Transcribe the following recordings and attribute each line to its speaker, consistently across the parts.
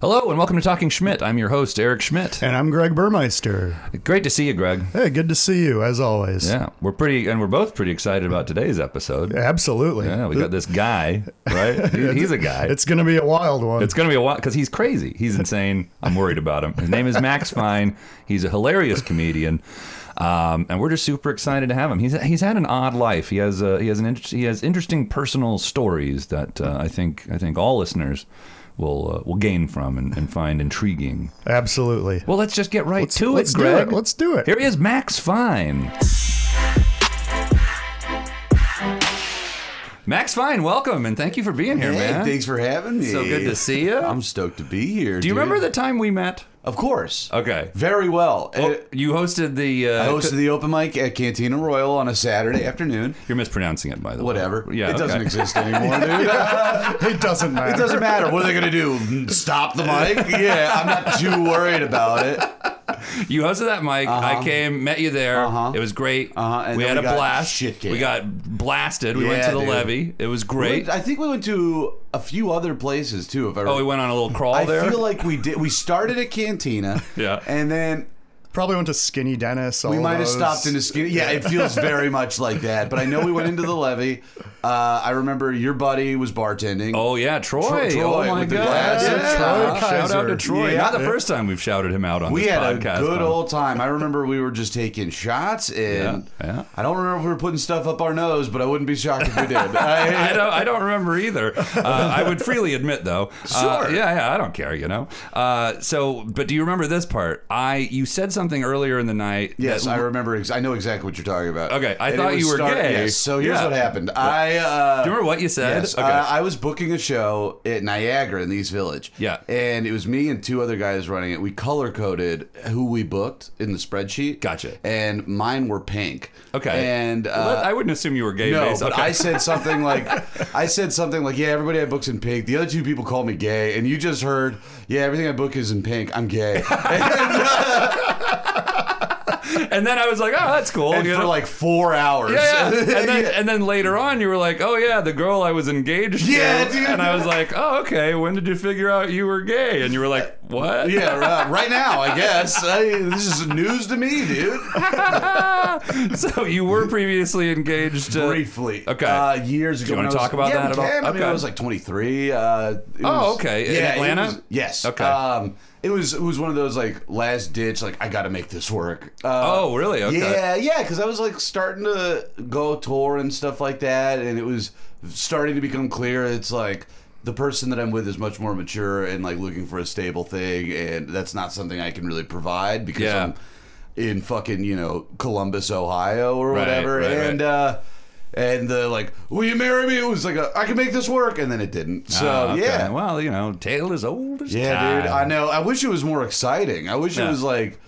Speaker 1: Hello and welcome to Talking Schmidt. I'm your host, Eric Schmidt.
Speaker 2: And I'm Greg Burmeister.
Speaker 1: Great to see you, Greg.
Speaker 2: Hey, good to see you as always.
Speaker 1: Yeah, we're pretty, and we're both pretty excited about today's episode.
Speaker 2: Absolutely.
Speaker 1: Yeah, we got this guy, right? He- He's a guy.
Speaker 2: It's going to be a wild one.
Speaker 1: It's going to be a while because he's crazy. He's insane. I'm worried about him. His name is Max Fine. He's a hilarious comedian, um, and we're just super excited to have him. He's he's had an odd life. He has uh, he has an inter- he has interesting personal stories that uh, I think I think all listeners will uh, will gain from and, and find intriguing.
Speaker 2: Absolutely.
Speaker 1: Well, let's just get right to
Speaker 2: let's
Speaker 1: it,
Speaker 2: do
Speaker 1: Greg.
Speaker 2: it. Let's do it.
Speaker 1: Here he is, Max Fine. Max Fine, welcome and thank you for being here,
Speaker 3: Hey,
Speaker 1: man.
Speaker 3: thanks for having me.
Speaker 1: So good to see you.
Speaker 3: I'm stoked to be here.
Speaker 1: Do you remember the Oh. time we met?
Speaker 3: Of course.
Speaker 1: Okay.
Speaker 3: Very well. Uh,
Speaker 1: You hosted the. Uh,
Speaker 3: I hosted the open mic at Cantina Royal on a Saturday afternoon.
Speaker 1: You're mispronouncing it, by the way.
Speaker 3: Whatever.
Speaker 1: Yeah.
Speaker 3: it doesn't
Speaker 1: okay.
Speaker 3: exist anymore, dude.
Speaker 2: It doesn't matter.
Speaker 3: It doesn't matter. What are they going to do? Stop the mic? Yeah, I'm not too worried about it.
Speaker 1: You hosted that mic. I came, met you there. It was great.
Speaker 3: Uh-huh, and
Speaker 1: We
Speaker 3: then
Speaker 1: had
Speaker 3: we
Speaker 1: a
Speaker 3: got
Speaker 1: blast.
Speaker 3: shit kicked.
Speaker 1: we got blasted. We went
Speaker 3: Yeah,
Speaker 1: to the
Speaker 3: dude.
Speaker 1: levee. It was great.
Speaker 3: I think we went to a few other places too. If I
Speaker 1: oh, we went on a little crawl
Speaker 3: I
Speaker 1: there.
Speaker 3: feel like we did. We started at Cantina.
Speaker 1: Yeah.
Speaker 3: And then
Speaker 2: Probably went to Skinny Dennis.
Speaker 3: We
Speaker 2: all
Speaker 3: might have
Speaker 2: those.
Speaker 3: stopped into skinny. Yeah, it feels very much like that. But I know we went into the levee. Uh, I remember your buddy was bartending.
Speaker 1: oh yeah, Troy.
Speaker 3: Troy
Speaker 1: oh my
Speaker 3: with the
Speaker 1: god.
Speaker 3: glass.
Speaker 1: Yeah.
Speaker 2: Troy
Speaker 1: Shout out to
Speaker 2: Kaiser.
Speaker 1: Troy.
Speaker 3: Yeah.
Speaker 1: Not the first time we've shouted him out on
Speaker 3: we
Speaker 1: this
Speaker 3: had
Speaker 1: podcast.
Speaker 3: a good
Speaker 1: but-
Speaker 3: old time. I remember we were just taking shots, and
Speaker 1: Yeah, yeah.
Speaker 3: I don't remember if we were putting stuff up our nose, but I wouldn't be shocked if we did.
Speaker 1: I
Speaker 3: I,
Speaker 1: don't, I don't remember either. Uh, I would freely admit, though. Uh,
Speaker 3: Sure.
Speaker 1: yeah, yeah, I don't care, you know. Uh, so, but do you remember this part? I, you said something earlier in the night.
Speaker 3: yes,
Speaker 1: that-
Speaker 3: I remember. Ex- I know exactly what you're talking about.
Speaker 1: Okay, I
Speaker 3: And it
Speaker 1: thought
Speaker 3: was
Speaker 1: you were gay.
Speaker 3: Yes, so here's
Speaker 1: Yeah.
Speaker 3: what happened. I uh,
Speaker 1: do you remember what you said?
Speaker 3: Yes. Uh, I was booking a show at Niagara in the East Village.
Speaker 1: Yeah.
Speaker 3: And it was me and two other guys running it. We color coded who we booked in the spreadsheet.
Speaker 1: Gotcha.
Speaker 3: And mine were pink.
Speaker 1: Okay.
Speaker 3: And uh,
Speaker 1: Well, that- I wouldn't assume you were gay.
Speaker 3: no,
Speaker 1: based-
Speaker 3: but
Speaker 1: okay.
Speaker 3: I said something like, I said something like, yeah, everybody I book's in pink. The other two people call me gay, and you just heard, yeah, everything I book is in pink. I'm gay.
Speaker 1: Oh,
Speaker 3: And,
Speaker 1: and then I was like, oh, that's cool.
Speaker 3: and
Speaker 1: you
Speaker 3: for
Speaker 1: know?
Speaker 3: like four hours.
Speaker 1: yeah, yeah. And then,
Speaker 3: Yeah.
Speaker 1: and then later on, you were like, "Oh yeah, the girl I was engaged
Speaker 3: Yeah,
Speaker 1: to,"
Speaker 3: dude.
Speaker 1: and I was like, "Oh okay, when did you figure out you were gay?" And you were like, "What?"
Speaker 3: Yeah, right, right now, I guess. I, this is news to me, dude.
Speaker 1: so you were previously engaged. To,
Speaker 3: briefly.
Speaker 1: Okay.
Speaker 3: Uh, years ago.
Speaker 1: you wanna
Speaker 3: when I was-
Speaker 1: talk about
Speaker 3: yeah,
Speaker 1: that
Speaker 3: we
Speaker 1: at all?
Speaker 3: can. I mean,
Speaker 1: Okay.
Speaker 3: I was like 23. Uh, it
Speaker 1: Oh,
Speaker 3: was-
Speaker 1: okay. In
Speaker 3: it
Speaker 1: Atlanta?
Speaker 3: was- yes.
Speaker 1: Okay.
Speaker 3: Um, it was it was one of those like last ditch like I got to make this work. Uh,
Speaker 1: Oh, really? Okay.
Speaker 3: Yeah, yeah. Because I was like starting to go tour and stuff like that, and it was starting to become clear. It's like. The person that I'm with is much more mature and like looking for a stable thing, and that's not something I can really provide because
Speaker 1: Yeah.
Speaker 3: I'm in fucking you know Columbus, Ohio, or
Speaker 1: Right,
Speaker 3: whatever.
Speaker 1: right, right.
Speaker 3: and uh, and the like, will you marry me? It was like, a, I can make this work, and then it didn't. So
Speaker 1: Oh, okay.
Speaker 3: yeah,
Speaker 1: Well, you know, tale as old as
Speaker 3: yeah,
Speaker 1: time.
Speaker 3: dude. I know. I wish it was more exciting. I wish
Speaker 1: Yeah.
Speaker 3: it was like,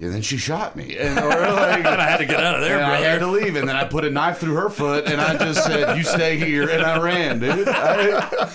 Speaker 3: and then she shot me, and or like.
Speaker 1: And I had to get out of there,
Speaker 3: and I
Speaker 1: brother.
Speaker 3: had to leave, and then I put a knife through her foot, and I just said, "You stay here," and I ran, dude. I,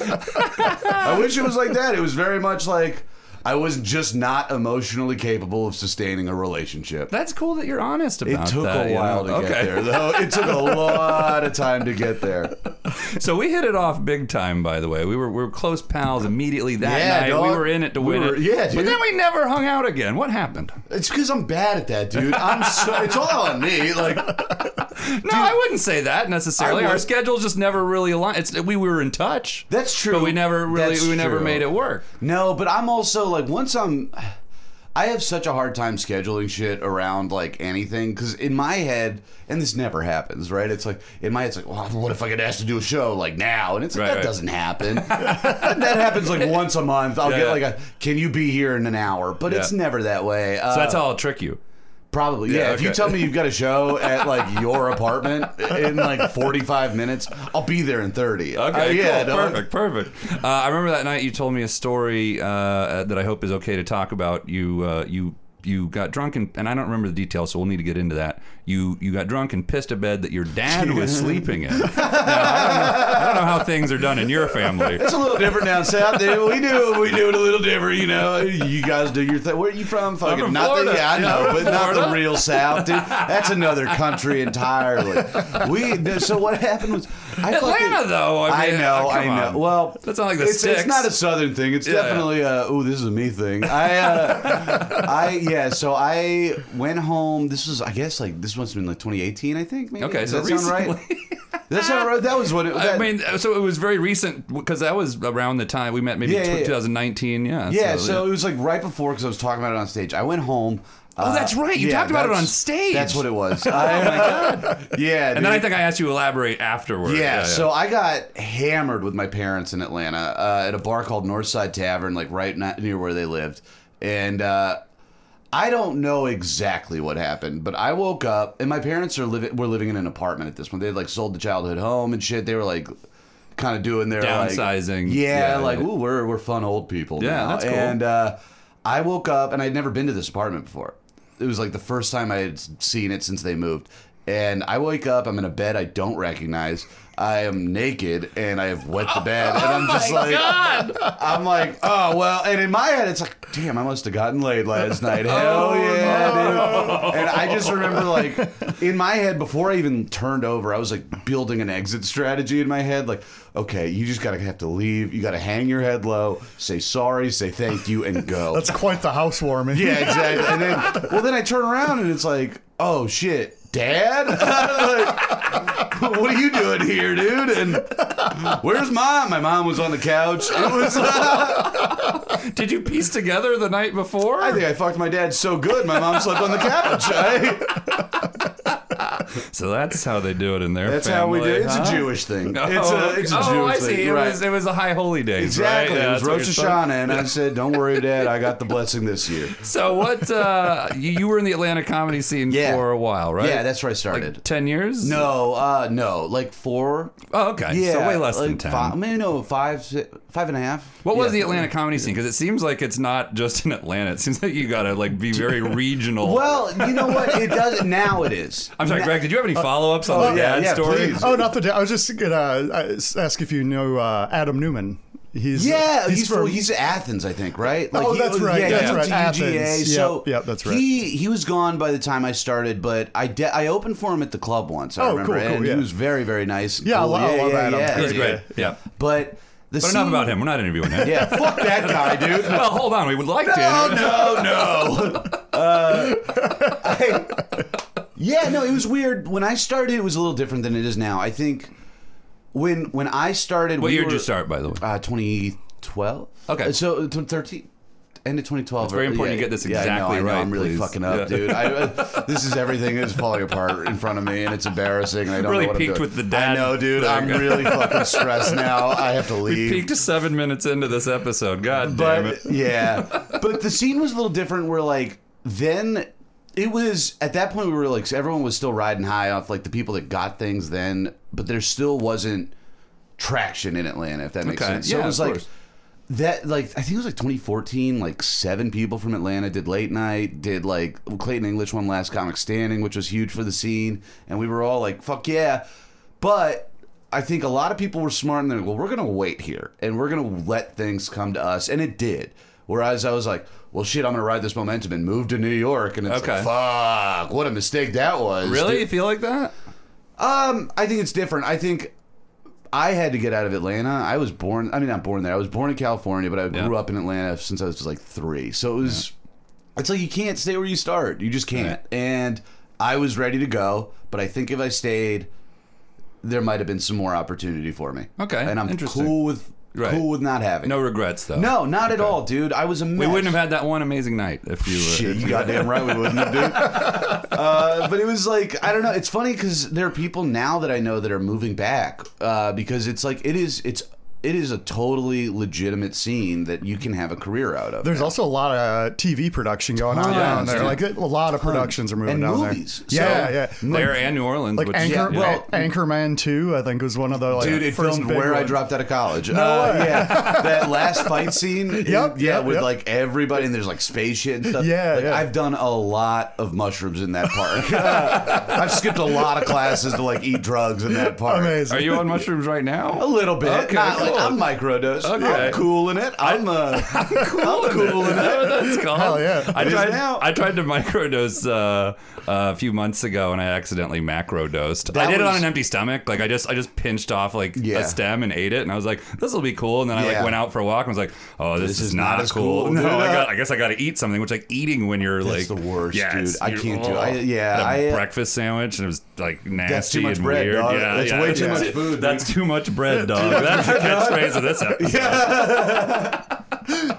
Speaker 3: I wish it was like that. It was very much like I was just not emotionally capable of sustaining a relationship.
Speaker 1: That's cool that you're honest
Speaker 3: It
Speaker 1: about
Speaker 3: took
Speaker 1: that.
Speaker 3: a
Speaker 1: you know?
Speaker 3: while to
Speaker 1: Okay.
Speaker 3: get there, though. It took a lot of time to get there.
Speaker 1: So we hit it off big time, by the way. We were we were close pals immediately that
Speaker 3: Yeah,
Speaker 1: night. We
Speaker 3: dog.
Speaker 1: were in it to
Speaker 3: We
Speaker 1: win
Speaker 3: were-
Speaker 1: it.
Speaker 3: yeah,
Speaker 1: But
Speaker 3: dude.
Speaker 1: then we never hung out again. What happened?
Speaker 3: It's because I'm bad at that, dude. I'm so. It's all on me. Like,
Speaker 1: No, I wouldn't say that necessarily.
Speaker 3: I would-
Speaker 1: Our schedules just never really aligned. It's we were in touch.
Speaker 3: That's true.
Speaker 1: But we never really
Speaker 3: That's
Speaker 1: we never
Speaker 3: true.
Speaker 1: made it work.
Speaker 3: no, but I'm also like once I'm. I have such a hard time scheduling shit around like anything because in my head, and this never happens, right? It's like in my head, it's like, well, what if I get asked to do a show like now? And it's like
Speaker 1: Right,
Speaker 3: that
Speaker 1: right.
Speaker 3: doesn't happen. that happens like once a month. I'll
Speaker 1: Yeah.
Speaker 3: get like a, can you be here in an hour? But
Speaker 1: Yeah.
Speaker 3: it's never that way. Uh,
Speaker 1: So that's how I'll trick you.
Speaker 3: Probably, yeah.
Speaker 1: Yeah,
Speaker 3: If you
Speaker 1: okay.
Speaker 3: tell me you've got a show at like your apartment in like 45 minutes, I'll be there in 30.
Speaker 1: Okay,
Speaker 3: Uh, yeah,
Speaker 1: cool.
Speaker 3: no,
Speaker 1: perfect, perfect. Uh, I remember that night you told me a story uh, that I hope is okay to talk about. You, uh, you, you got drunk and, and I don't remember the details, so we'll need to get into that. You, you got drunk and pissed a bed that your dad was sleeping in. Now, I, don't know, I don't know how things are done in your family.
Speaker 3: It's a little different down south. Dude. We do it. We do it a little different, you know. You guys do your thing. Where are you from? Fucking
Speaker 1: from
Speaker 3: not
Speaker 1: Florida.
Speaker 3: the yeah, I
Speaker 1: Yeah,
Speaker 3: know,
Speaker 1: I'm from
Speaker 3: but not the
Speaker 1: Florida.
Speaker 3: real south, dude. That's another country entirely. We so what happened was I
Speaker 1: Atlanta, though. I,
Speaker 3: I
Speaker 1: mean,
Speaker 3: know,
Speaker 1: uh,
Speaker 3: I
Speaker 1: come
Speaker 3: know.
Speaker 1: on.
Speaker 3: Well,
Speaker 1: that's not like the
Speaker 3: it's,
Speaker 1: sticks.
Speaker 3: it's not a southern thing. It's
Speaker 1: Yeah.
Speaker 3: definitely a oh, this is a me thing. I, uh, I yeah. So I went home. This was, I guess, like this must have been like 2018, I think. Maybe.
Speaker 1: okay.
Speaker 3: Does
Speaker 1: so
Speaker 3: that sound right?
Speaker 1: recently-
Speaker 3: Does that sound right? That was what it.
Speaker 1: I
Speaker 3: That,
Speaker 1: mean, uh, so it was very recent because that was around the time we met, maybe
Speaker 3: Yeah, yeah, yeah.
Speaker 1: 2019. Yeah.
Speaker 3: yeah. So it was like right before because I was talking about it on stage. I went home. uh,
Speaker 1: Oh, that's right. You talked about it
Speaker 3: that's-
Speaker 1: on stage.
Speaker 3: That's what it was. I, oh my god. Yeah.
Speaker 1: and then I think I asked you to elaborate afterward.
Speaker 3: Yeah, so I got hammered with my parents in Atlanta uh, at a bar called Northside Tavern, like right na- near where they lived. And uh, I don't know exactly what happened, but I woke up and my parents are living were living in an apartment at this point. They had like sold the childhood home and shit. They were like kind of doing their like-
Speaker 1: Downsizing. Yeah.
Speaker 3: yeah, like ooh, we're we're fun old people.
Speaker 1: Yeah,
Speaker 3: now.
Speaker 1: that's cool.
Speaker 3: And uh, I woke up and I'd never been to this apartment before. It was like the first time I had seen it since they moved. And I wake up, I'm in a bed I don't recognize. I am naked and I have wet the bed, and I'm just like, I'm like, oh well. And in my head, it's like, damn, I must have gotten laid last night. Hell yeah, dude. And I just remember, like, in my head, before I even turned over, I was like building an exit strategy in my head, like, okay, you just gotta have to leave. You gotta hang your head low, say sorry, say thank you, and go.
Speaker 2: That's quite the housewarming.
Speaker 3: Yeah, exactly. And then, well, then I turn around and it's like, oh shit, dad, Like, what are you doing here, dude? And where's mom? My mom was on the couch. It was.
Speaker 1: Did you piece together the night before?
Speaker 3: I think I fucked my dad so good, my mom slept on the couch. eh? I,
Speaker 1: so that's how they do it in their
Speaker 3: that's how
Speaker 1: family.
Speaker 3: we did. It's
Speaker 1: huh?
Speaker 3: a Jewish thing.
Speaker 1: Oh,
Speaker 3: It's a, it's a
Speaker 1: oh,
Speaker 3: Jewish
Speaker 1: I see.
Speaker 3: thing.
Speaker 1: It,
Speaker 3: right.
Speaker 1: was, it was a high holy day.
Speaker 3: Exactly.
Speaker 1: Right? Yeah,
Speaker 3: it was
Speaker 1: that's what
Speaker 3: Rosh
Speaker 1: you're saying.
Speaker 3: Hashanah, and I said, "Don't worry, Dad. I got the blessing this year."
Speaker 1: So what? Uh, you, you were in the Atlanta comedy scene
Speaker 3: Yeah.
Speaker 1: for a while, right?
Speaker 3: Yeah, that's where I started.
Speaker 1: ten years.
Speaker 3: no, uh, no, like four.
Speaker 1: Oh, okay.
Speaker 3: Yeah,
Speaker 1: So way less
Speaker 3: like
Speaker 1: than ten.
Speaker 3: Five, maybe no, five, si- five and a half.
Speaker 1: What was
Speaker 3: Yeah.
Speaker 1: the Atlanta comedy scene? Because it seems like it's not just in Atlanta. It seems like you gotta like be very regional.
Speaker 3: Well, you know what? It does now. It is.
Speaker 1: I'm sorry, Greg. Did you have any follow ups on
Speaker 3: oh,
Speaker 1: the
Speaker 3: yeah,
Speaker 1: dad
Speaker 3: yeah,
Speaker 1: story?
Speaker 3: please.
Speaker 2: Oh, not the day. I was just gonna uh, s- ask if you know uh, Adam Newman. He's
Speaker 3: Yeah, he's
Speaker 2: from-
Speaker 3: from, he's Athens, I think, right?
Speaker 2: Oh, that's right,
Speaker 3: he
Speaker 1: that's
Speaker 3: went to
Speaker 2: right,
Speaker 3: UGA,
Speaker 2: Athens.
Speaker 3: So
Speaker 2: Yep, yep, that's right.
Speaker 3: He he was gone by the time I started, but I de- I opened for him at the club once. I
Speaker 2: Oh,
Speaker 3: remember,
Speaker 2: cool, cool,
Speaker 3: and
Speaker 2: yeah.
Speaker 3: he was very very nice. and
Speaker 2: Yeah, I
Speaker 3: cool.
Speaker 2: lo- I love Adam.
Speaker 1: He's
Speaker 2: Yeah,
Speaker 1: great. Yeah.
Speaker 2: yeah.
Speaker 3: But the
Speaker 1: But enough about him. We're not interviewing him.
Speaker 3: Yeah, fuck that guy, dude.
Speaker 1: Well, hold on. We would like to.
Speaker 3: No,
Speaker 1: interview-
Speaker 3: no, no. Uh, I- yeah, no, it was weird. When I started, it was a little different than it is now. I think when when I started,
Speaker 1: What
Speaker 3: we
Speaker 1: year did
Speaker 3: were-
Speaker 1: you start, by the way?
Speaker 3: Uh, 2012.
Speaker 1: Okay.
Speaker 3: Uh, So uh, tw- 13. End of 2012.
Speaker 1: very important
Speaker 3: yeah,
Speaker 1: you get this
Speaker 3: yeah, I know,
Speaker 1: exactly
Speaker 3: I know,
Speaker 1: right,
Speaker 3: I'm really
Speaker 1: please.
Speaker 3: fucking up,
Speaker 1: Yeah.
Speaker 3: dude. I, uh, this is everything is falling apart in front of me, and it's embarrassing. And I don't
Speaker 1: Really
Speaker 3: know what
Speaker 1: peaked
Speaker 3: I'm doing.
Speaker 1: with the dad
Speaker 3: I know, dude.
Speaker 1: thing.
Speaker 3: I'm really fucking stressed now. I have to leave.
Speaker 1: Peaked seven minutes into this episode. God damn it.
Speaker 3: But yeah, but the scene was a little different. Where like then it was at that point we were like everyone was still riding high off like the people that got things then, but there still wasn't traction in Atlanta if that makes
Speaker 1: Okay.
Speaker 3: sense.
Speaker 1: Yeah,
Speaker 3: so it was
Speaker 1: of
Speaker 3: like
Speaker 1: course.
Speaker 3: that like I think it was like 2014. Like seven people from Atlanta did late night, did like Clayton English won Last Comic Standing, which was huge for the scene, and we were all like, "Fuck yeah!" But I think a lot of people were smart and they're like, "Well, we're gonna wait here and we're gonna let things come to us," and it did. Whereas I was like, "Well, shit, I'm gonna ride this momentum and move to New York," and it's
Speaker 1: Okay.
Speaker 3: like, "Fuck, what a mistake that was."
Speaker 1: Really? You feel like that?
Speaker 3: Um, I think it's different. I think I had to get out of Atlanta. I was born, I mean, not born there. I was born in California, but I grew up in Atlanta since I was like three. So it was, it's like you can't stay where you start. You just can't. And I was ready to go, but I think if I stayed, there might have been some more opportunity for me.
Speaker 1: Okay,
Speaker 3: And I'm
Speaker 1: interesting.
Speaker 3: cool with
Speaker 1: Right.
Speaker 3: cool with not having.
Speaker 1: No
Speaker 3: it.
Speaker 1: regrets, though.
Speaker 3: no, not at all, dude. I was a mess.
Speaker 1: We wouldn't have had that one amazing night if you were.
Speaker 3: Shit, you goddamn right we wouldn't have, dude. Uh, but it was like I don't know. It's funny because there are people now that I know that are moving back uh, because it's like it is it's it is a totally legitimate scene that you can have a career out of.
Speaker 2: There's also a lot of TV production going on
Speaker 3: Tons,
Speaker 2: down there.
Speaker 3: dude.
Speaker 2: Like a lot of productions are moving
Speaker 3: And
Speaker 2: down
Speaker 3: movies.
Speaker 2: there. Yeah,
Speaker 3: So-
Speaker 2: yeah.
Speaker 1: There and New Orleans.
Speaker 2: Like
Speaker 1: which,
Speaker 2: Anchor,
Speaker 3: yeah, well-
Speaker 2: Anchorman Two, I think was one of the like,
Speaker 3: Dude, it
Speaker 2: first
Speaker 3: filmed
Speaker 2: big
Speaker 3: where I
Speaker 2: ones.
Speaker 3: dropped out of college. uh, Yeah, that last fight scene. in-
Speaker 2: Yep,
Speaker 3: yeah,
Speaker 2: yep,
Speaker 3: with
Speaker 2: yep.
Speaker 3: like everybody and there's like space shit and stuff.
Speaker 2: Yeah,
Speaker 3: like,
Speaker 2: yeah.
Speaker 3: I've done a lot of mushrooms in that park. I've skipped a lot of classes to like eat drugs in that park.
Speaker 2: Amazing.
Speaker 1: Are you on mushrooms right now?
Speaker 3: A little bit.
Speaker 1: Okay,
Speaker 3: not like, I'm microdose.
Speaker 1: Okay.
Speaker 3: I'm cool in it. I'm, uh, I'm cool, in
Speaker 1: Is
Speaker 3: it.
Speaker 1: that what that's called?
Speaker 2: Hell yeah.
Speaker 1: I
Speaker 3: It is
Speaker 1: tried.
Speaker 3: now.
Speaker 1: I tried to microdose uh, a few months ago, and I accidentally macrodosed. I
Speaker 3: That
Speaker 1: did it on
Speaker 3: was-
Speaker 1: an empty stomach. Like I just, I just pinched off like
Speaker 3: Yeah.
Speaker 1: a stem and ate it, and I was like, "This will be cool." And then I like
Speaker 3: Yeah.
Speaker 1: went out for a walk and was like, "Oh, this,
Speaker 3: This
Speaker 1: is,
Speaker 3: is
Speaker 1: not,
Speaker 3: not as
Speaker 1: cool."
Speaker 3: cool,
Speaker 1: No,
Speaker 3: dude.
Speaker 1: I, got, I guess I got to eat something, which like eating when you're
Speaker 3: That's
Speaker 1: like
Speaker 3: the worst,
Speaker 1: yeah,
Speaker 3: dude.
Speaker 1: it's-
Speaker 3: I
Speaker 1: you're-
Speaker 3: can't do- I-
Speaker 1: ugh.
Speaker 3: yeah,
Speaker 1: That
Speaker 3: I- uh,
Speaker 1: breakfast sandwich and it was like nasty
Speaker 3: too much
Speaker 1: and
Speaker 3: bread,
Speaker 1: weird.
Speaker 3: dog.
Speaker 1: Yeah,
Speaker 3: That's
Speaker 1: yeah,
Speaker 3: way too
Speaker 1: yeah.
Speaker 3: much food,
Speaker 1: That's too much bread, dog. That's the catchphrase of this episode.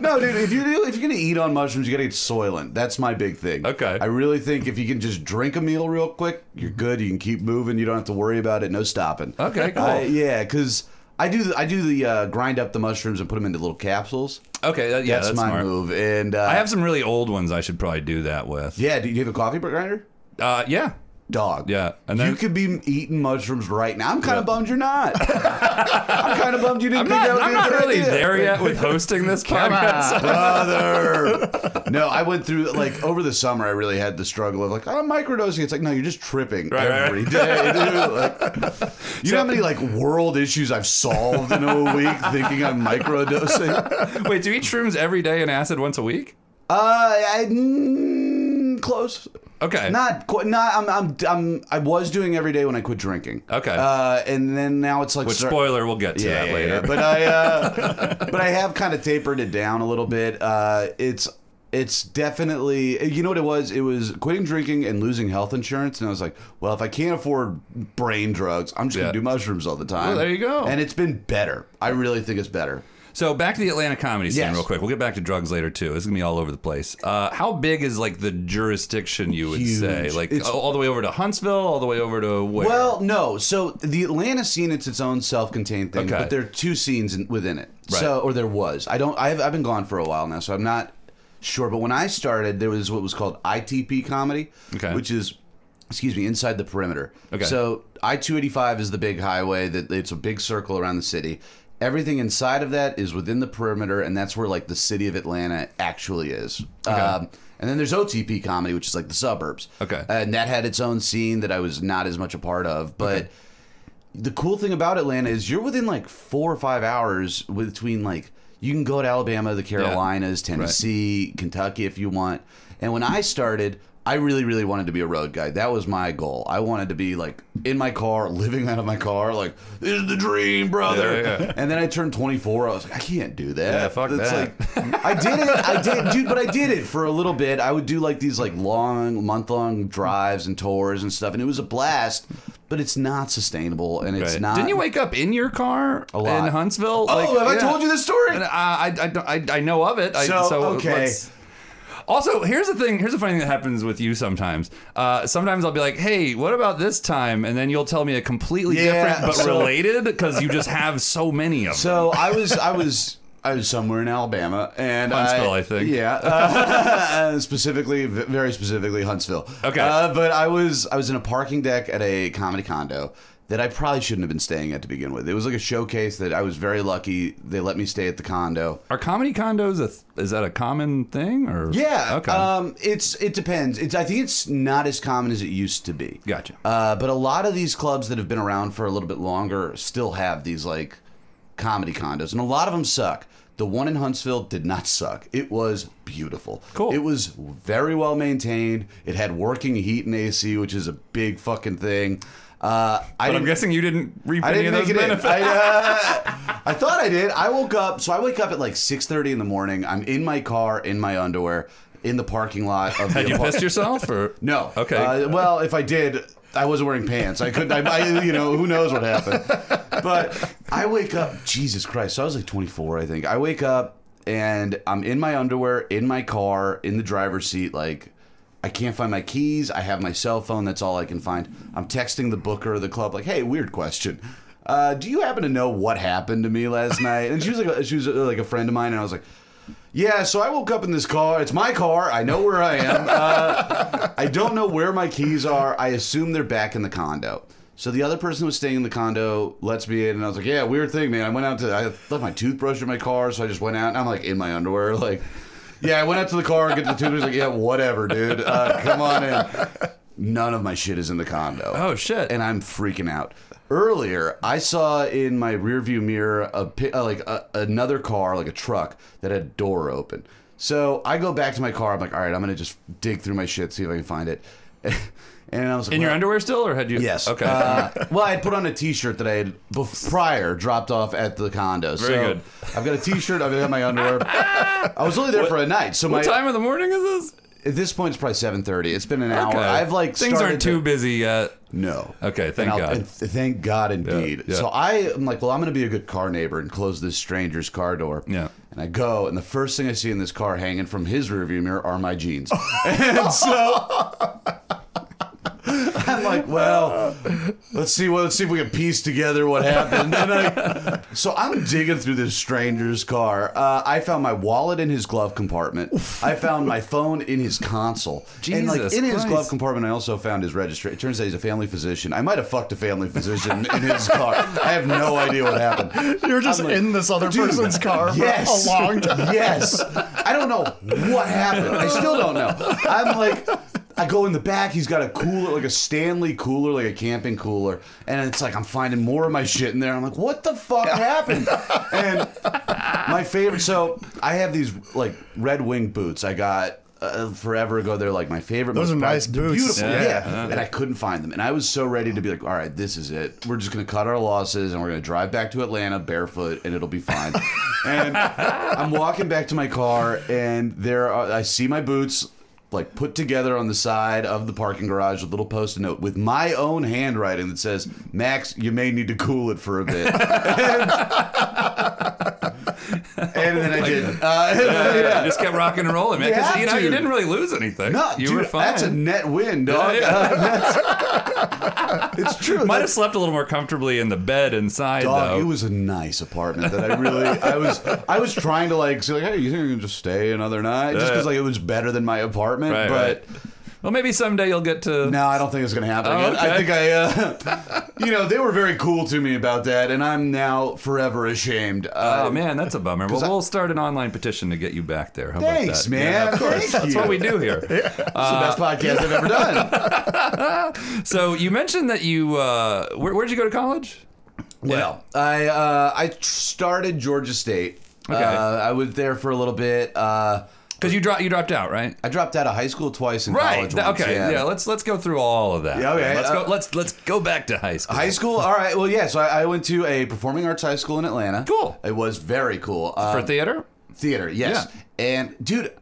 Speaker 3: No, dude, if you do, if you're gonna eat on mushrooms, you gotta get soylent. That's my big thing.
Speaker 1: Okay.
Speaker 3: I really think if you can just drink a meal real quick, you're good. You can keep moving. You don't have to worry about it. No stopping.
Speaker 1: Okay, cool.
Speaker 3: I- yeah, because I do the, I do the uh, grind up the mushrooms and put them into little capsules.
Speaker 1: Okay, that, yeah,
Speaker 3: that's,
Speaker 1: that's,
Speaker 3: my
Speaker 1: smart.
Speaker 3: move. And uh,
Speaker 1: I have some really old ones. I should probably do that with.
Speaker 3: Yeah, do you have a coffee grinder?
Speaker 1: Uh, yeah.
Speaker 3: Dog.
Speaker 1: Yeah, and
Speaker 3: And
Speaker 1: then-
Speaker 3: you could be eating mushrooms right now. I'm kind of bummed you're not. I'm kind of bummed you didn't
Speaker 1: I'm
Speaker 3: think
Speaker 1: not,
Speaker 3: that was
Speaker 1: I'm
Speaker 3: a
Speaker 1: not
Speaker 3: good
Speaker 1: really
Speaker 3: idea.
Speaker 1: there yet with hosting this podcast.
Speaker 3: brother. no, I went through like over the summer. I really had the struggle of like I'm microdosing. It's like no, you're just tripping
Speaker 1: Right, right,
Speaker 3: every day, dude. Like, you know how many like world issues I've solved in a week thinking I'm microdosing?
Speaker 1: Wait, do you eat shrooms every day and acid once a week?
Speaker 3: Uh, I mm, close.
Speaker 1: Okay.
Speaker 3: Not quite. Not. I'm. I'm. I'm. I was doing every day when I quit drinking.
Speaker 1: Okay.
Speaker 3: Uh, and then now it's like
Speaker 1: Which
Speaker 3: start-
Speaker 1: spoiler, we'll get to that later.
Speaker 3: But I, uh, but I have kind of tapered it down a little bit. Uh, it's it's definitely you know what it was. It was quitting drinking and losing health insurance, and I was like, well, if I can't afford brain drugs, I'm just
Speaker 1: Yeah.
Speaker 3: gonna do mushrooms all the time.
Speaker 1: Well, there you go.
Speaker 3: And it's been better. I really think it's better.
Speaker 1: So back to the Atlanta comedy scene
Speaker 3: Yes.
Speaker 1: real quick. We'll get back to drugs later too. This is gonna be all over the place. Uh, how big is like the jurisdiction you would
Speaker 3: Huge.
Speaker 1: say? Like
Speaker 3: It's-
Speaker 1: all the way over to Huntsville, all the way over to where?
Speaker 3: Well, no. So the Atlanta scene, it's its own self-contained thing,
Speaker 1: Okay.
Speaker 3: but there are two scenes in, within it.
Speaker 1: Right.
Speaker 3: So, or there was. I don't. I've, I've been gone for a while now, so I'm not sure. But when I started, there was what was called ITP comedy,
Speaker 1: Okay.
Speaker 3: which is, excuse me, inside the perimeter.
Speaker 1: Okay.
Speaker 3: So I 285 is the big highway that it's a big circle around the city. Everything inside of that is within the perimeter, and that's where like the city of Atlanta actually is. Um, and then there's OTP comedy, which is like the suburbs
Speaker 1: Okay.
Speaker 3: and that Uh, had its own scene that I was not as much a part of. But the cool thing about Atlanta is you're within like four or five hours between like you can go to Alabama, the Carolinas, Tennessee, Kentucky if you want. And when I started, I really, really wanted to be a road guy. That was my goal. I wanted to be like in my car, living out of my car, like this is the dream, brother.
Speaker 1: Yeah, yeah.
Speaker 3: And then I turned 24. I was like, I can't do that.
Speaker 1: Yeah, fuck
Speaker 3: That's
Speaker 1: that.
Speaker 3: like I did it. I did, dude. But I did it for a little bit. I would do like these like long, month long drives and tours and stuff, and it was a blast. But it's not sustainable, and it's
Speaker 1: Right.
Speaker 3: not.
Speaker 1: Didn't you wake up in your car
Speaker 3: lot.
Speaker 1: in Huntsville?
Speaker 3: Oh, have I told you this story?
Speaker 1: And I, I, I, don't- I, I know of it. I,
Speaker 3: So,
Speaker 1: so
Speaker 3: okay.
Speaker 1: let's- Also, here's the thing. Here's the funny thing that happens with you sometimes. Uh, sometimes I'll be like, "Hey, what about this time?" And then you'll tell me a completely
Speaker 3: Yeah,
Speaker 1: different but
Speaker 3: so-
Speaker 1: related because you just have so many of them.
Speaker 3: So I was, I was, I was somewhere in Alabama, and
Speaker 1: Huntsville, I think.
Speaker 3: Yeah, uh, specifically, v- very specifically Huntsville.
Speaker 1: Okay.
Speaker 3: uh, but I was, I was in a parking deck at a comedy condo that I probably shouldn't have been staying at to begin with. It was like a showcase that I was very lucky they let me stay at the condo.
Speaker 1: Are comedy condos a th- is that a common thing or?
Speaker 3: Yeah.
Speaker 1: Okay.
Speaker 3: Um, it's it depends. It's I think it's not as common as it used to be.
Speaker 1: Gotcha.
Speaker 3: Uh, but a lot of these clubs that have been around for a little bit longer still have these like comedy condos, and a lot of them suck. The one in Huntsville did not suck. It was beautiful.
Speaker 1: Cool.
Speaker 3: It was very well maintained. It had working heat and AC, which is a big fucking thing. Uh, I
Speaker 1: but I'm
Speaker 3: didn't-
Speaker 1: guessing you didn't reap
Speaker 3: I
Speaker 1: any
Speaker 3: didn't
Speaker 1: of
Speaker 3: make
Speaker 1: those
Speaker 3: it in.
Speaker 1: benefits.
Speaker 3: I, uh, I thought I did. I woke up. So I wake up at like 6.30 in the morning. I'm in my car, in my underwear, in the parking lot of the
Speaker 1: Had you
Speaker 3: apart-
Speaker 1: pissed yourself or?
Speaker 3: No.
Speaker 1: Okay.
Speaker 3: Uh, well, if I did, I wasn't wearing pants. I couldn't. I, I, you know, who knows what happened. But I wake up. Jesus Christ. So I was like 24, I think. I wake up and I'm in my underwear, in my car, in the driver's seat, like. I can't find my keys. I have my cell phone. That's all I can find. I'm texting the booker of the club, like, "Hey, weird question. Uh, do you happen to know what happened to me last night?" And she was like, a, she was uh, like a friend of mine, and I was like, "Yeah." So I woke up in this car. It's my car. I know where I am. Uh, I don't know where my keys are. I assume they're back in the condo. So the other person who was staying in the condo lets me in, and I was like, "Yeah, weird thing, man. I went out to I left my toothbrush in my car, so I just went out, and I'm like in my underwear, like." Yeah, I went out to the car, get the toothbrush. Like, yeah, whatever, dude. Uh, come on in. None of my shit is in the condo.
Speaker 1: Oh, shit.
Speaker 3: And I'm freaking out. Earlier, I saw in my rearview mirror a pi- uh, like a, another car, like a truck that had door open. So I go back to my car. I'm like, all right, I'm gonna just dig through my shit, see if I can find it. and I was like,
Speaker 1: In your
Speaker 3: well-
Speaker 1: underwear still, or had you?
Speaker 3: Yes.
Speaker 1: Okay.
Speaker 3: Uh, well, I had put on a T-shirt that I had bef- prior dropped off at the condo.
Speaker 1: Very
Speaker 3: so
Speaker 1: good.
Speaker 3: I've got a T-shirt. I've got my underwear. I was only there for a night, so my
Speaker 1: what time of the morning is this?
Speaker 3: at this point it's probably seven thirty. It's been an hour.
Speaker 1: Okay.
Speaker 3: I've like
Speaker 1: things
Speaker 3: started
Speaker 1: aren't
Speaker 3: to-
Speaker 1: too busy yet.
Speaker 3: no.
Speaker 1: Okay, thank
Speaker 3: And I'll-
Speaker 1: God.
Speaker 3: and th- thank God indeed.
Speaker 1: yeah.
Speaker 3: So I am like, well, I'm going to be a good car neighbor and close this stranger's car door.
Speaker 1: Yeah.
Speaker 3: And I go, and the first thing I see in this car hanging from his rearview mirror are my jeans. and so I'm like, well, let's see what let's see if we can piece together what happened. And I, so I'm digging through this stranger's car. Uh, I found my wallet in his glove compartment. I found my phone in his console. and like in
Speaker 1: Jesus
Speaker 3: his
Speaker 1: Christ.
Speaker 3: glove compartment, I also found his registration. It turns out he's a family physician. I might have fucked a family physician in his car. I have no idea what happened.
Speaker 2: You're just in this other
Speaker 3: Dude,
Speaker 2: person's car
Speaker 3: yes.
Speaker 2: for a long time.
Speaker 3: Yes. I don't know what happened. I still don't know. I'm like, I go in the back. He's got a cooler, like a Stanley cooler, like a camping cooler. And it's like, I'm finding more of my shit in there. I'm like, what the fuck happened? And my favorite. So I have these like Red Wing boots I got. Uh, forever ago, they're like my favorite.
Speaker 2: Those
Speaker 3: most
Speaker 2: are nice
Speaker 3: they're
Speaker 2: boots.
Speaker 3: Beautiful,
Speaker 2: Yeah.
Speaker 3: yeah. And I couldn't find them, and I was so ready to be like, "All right, this is it. We're just gonna cut our losses, and we're gonna drive back to Atlanta barefoot, and it'll be fine." and I'm walking back to my car, and there are, I see my boots like put together on the side of the parking garage, a little post-it note with my own handwriting that says, "Max, you may need to cool it for a bit." and then I did. Uh,
Speaker 1: You just kept rocking and rolling, man.
Speaker 3: You
Speaker 1: Because
Speaker 3: have
Speaker 1: you know you
Speaker 3: to.
Speaker 1: didn't really lose anything.
Speaker 3: No,
Speaker 1: you
Speaker 3: dude,
Speaker 1: were fine.
Speaker 3: That's a net win, dog.
Speaker 1: Yeah, yeah.
Speaker 3: Uh, that's- it's true.
Speaker 1: Might
Speaker 3: That-
Speaker 1: have slept a little more comfortably in the bed inside
Speaker 3: dog,
Speaker 1: though.
Speaker 3: it was a nice apartment that I really, I was, I was trying to like say like, hey, you think you can just stay another night? Just because
Speaker 1: Yeah.
Speaker 3: like it was better than my apartment,
Speaker 1: Right,
Speaker 3: but.
Speaker 1: right. well, maybe someday you'll get to.
Speaker 3: No, I don't think it's going to happen.
Speaker 1: Oh,
Speaker 3: again. I
Speaker 1: okay.
Speaker 3: think I, uh, you know, they were very cool to me about that, and I'm now forever ashamed. Uh,
Speaker 1: Oh man, that's a bummer. Well, we'll start an online petition to get you back there. How
Speaker 3: thanks,
Speaker 1: about that?
Speaker 3: man.
Speaker 1: Yeah, of course.
Speaker 3: Thank
Speaker 1: That's
Speaker 3: you.
Speaker 1: what we do Uh, here.
Speaker 3: It's the best podcast I've ever done.
Speaker 1: So you mentioned that you uh, where, where'd you go to college?
Speaker 3: Well, I uh, I tr- started Georgia State.
Speaker 1: Okay.
Speaker 3: Uh, I was there for a little bit. Uh,
Speaker 1: Because you dropped you dropped out, right?
Speaker 3: I dropped out of high school twice and
Speaker 1: Right.
Speaker 3: college
Speaker 1: th-
Speaker 3: once.
Speaker 1: okay. Yeah. Let's let's go through all of that.
Speaker 3: Yeah, okay,
Speaker 1: Let's
Speaker 3: uh,
Speaker 1: go. Let's let's go back to high school.
Speaker 3: High school, all right. Well, yeah. So I, I went to a performing arts high school in Atlanta.
Speaker 1: Cool.
Speaker 3: It was very cool.
Speaker 1: for
Speaker 3: Um,
Speaker 1: theater.
Speaker 3: theater, yes. And dude,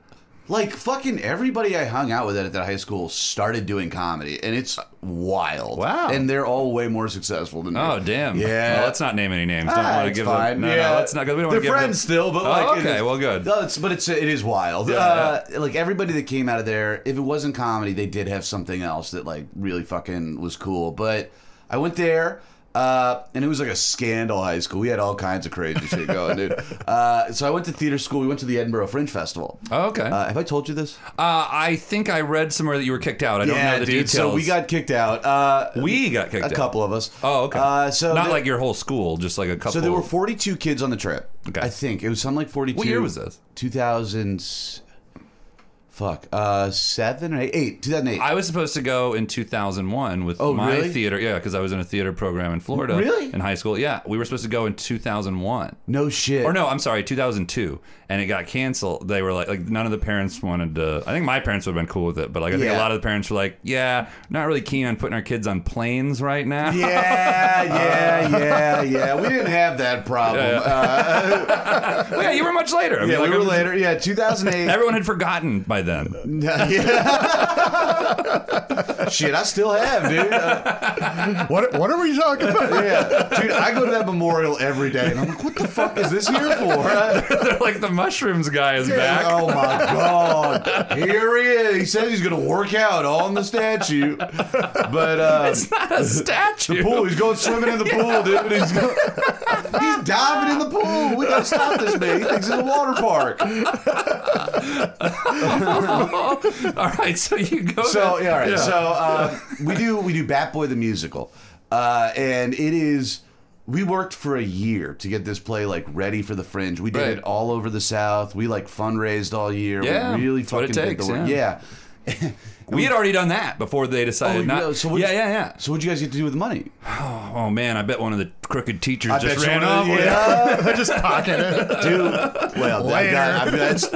Speaker 3: like fucking everybody I hung out with at that high school started doing comedy, and it's wild.
Speaker 1: Wow.
Speaker 3: And they're all way more successful than me.
Speaker 1: Oh damn!
Speaker 3: Yeah.
Speaker 1: Well, let's not name any names. Don't
Speaker 3: Ah,
Speaker 1: want to
Speaker 3: it's
Speaker 1: give them.
Speaker 3: fine.
Speaker 1: No,
Speaker 3: yeah.
Speaker 1: no, let's not. Cause we don't
Speaker 3: They're
Speaker 1: want to give
Speaker 3: friends
Speaker 1: them.
Speaker 3: still, but
Speaker 1: Oh,
Speaker 3: like, it
Speaker 1: okay,
Speaker 3: is-
Speaker 1: well, good.
Speaker 3: No, it's, but it's it is wild. uh, Like everybody that came out of there, if it wasn't comedy, they did have something else that like really fucking was cool. But I went there. Uh, and it was like a scandal high school. We had all kinds of crazy shit going, dude. Uh, so I went to theater school. We went to the Edinburgh Fringe Festival.
Speaker 1: Oh, okay. Uh,
Speaker 3: Uh, have I told you this?
Speaker 1: I think I read somewhere that you were kicked out. I don't know the
Speaker 3: dude.
Speaker 1: details.
Speaker 3: So we got kicked out. Uh,
Speaker 1: we got kicked
Speaker 3: a
Speaker 1: out.
Speaker 3: couple of us.
Speaker 1: Oh, okay.
Speaker 3: Uh, so
Speaker 1: not
Speaker 3: the-
Speaker 1: like your whole school, just like a couple.
Speaker 3: So there were 42 kids on the trip.
Speaker 1: Okay.
Speaker 3: I think it was something like 42.
Speaker 1: What year was this?
Speaker 3: 2000. Fuck. Uh, seven or eight. eight 2008.
Speaker 1: I was supposed to go in 2001 with
Speaker 3: Oh,
Speaker 1: my
Speaker 3: really?
Speaker 1: theater. Yeah, because I was in a theater program in Florida.
Speaker 3: Really?
Speaker 1: In high school. Yeah, we were supposed to go in 2001.
Speaker 3: no shit.
Speaker 1: Or no, I'm sorry, 2002, and it got canceled. They were like, like none of the parents wanted to. I think my parents would have been cool with it, but like I think a
Speaker 3: Yeah.
Speaker 1: lot of the parents were like, yeah, not really keen on putting our kids on planes right now.
Speaker 3: Yeah, yeah, yeah, yeah. We didn't have that problem. Uh,
Speaker 1: Well, yeah, you were much later. I mean,
Speaker 3: yeah,
Speaker 1: like,
Speaker 3: we were
Speaker 1: I'm just-
Speaker 3: later. Yeah, 2008.
Speaker 1: Everyone had forgotten by then.
Speaker 3: Yeah. Shit, I still have, dude. Uh,
Speaker 2: What, what are we talking about?
Speaker 3: yeah, dude, I go to that memorial every day, and I'm like, what the fuck is this here for?
Speaker 1: They're like the mushrooms guy is back.
Speaker 3: Oh my god! Here he is. He says he's gonna work out on the statue, but uh,
Speaker 1: It's not a statue.
Speaker 3: pool. He's going swimming in the pool, dude. but He's, go- he's diving in the pool. We gotta stop this man. He thinks it's a water park.
Speaker 1: all right, so you go.
Speaker 3: So
Speaker 1: to-
Speaker 3: yeah, all right. So uh, we do we do Bat Boy the musical, uh, and it is. We worked for a year to get this play like ready for the Fringe. We did
Speaker 1: Right.
Speaker 3: it all over the South. We like fundraised all year.
Speaker 1: Yeah,
Speaker 3: we really
Speaker 1: that's what
Speaker 3: fucking
Speaker 1: it
Speaker 3: did the
Speaker 1: takes,
Speaker 3: work.
Speaker 1: yeah.
Speaker 3: yeah.
Speaker 1: we had already done that before they decided
Speaker 3: Oh,
Speaker 1: not.
Speaker 3: yeah, so what-
Speaker 1: yeah, yeah, yeah.
Speaker 3: So what'd you guys get to do with the money?
Speaker 1: Oh man, I bet one of the crooked teachers
Speaker 3: I
Speaker 1: just
Speaker 3: bet
Speaker 1: ran
Speaker 3: you wanna-
Speaker 1: off. with it.
Speaker 2: I just pocket it.
Speaker 3: Dude, well, that guy, I mean, that's,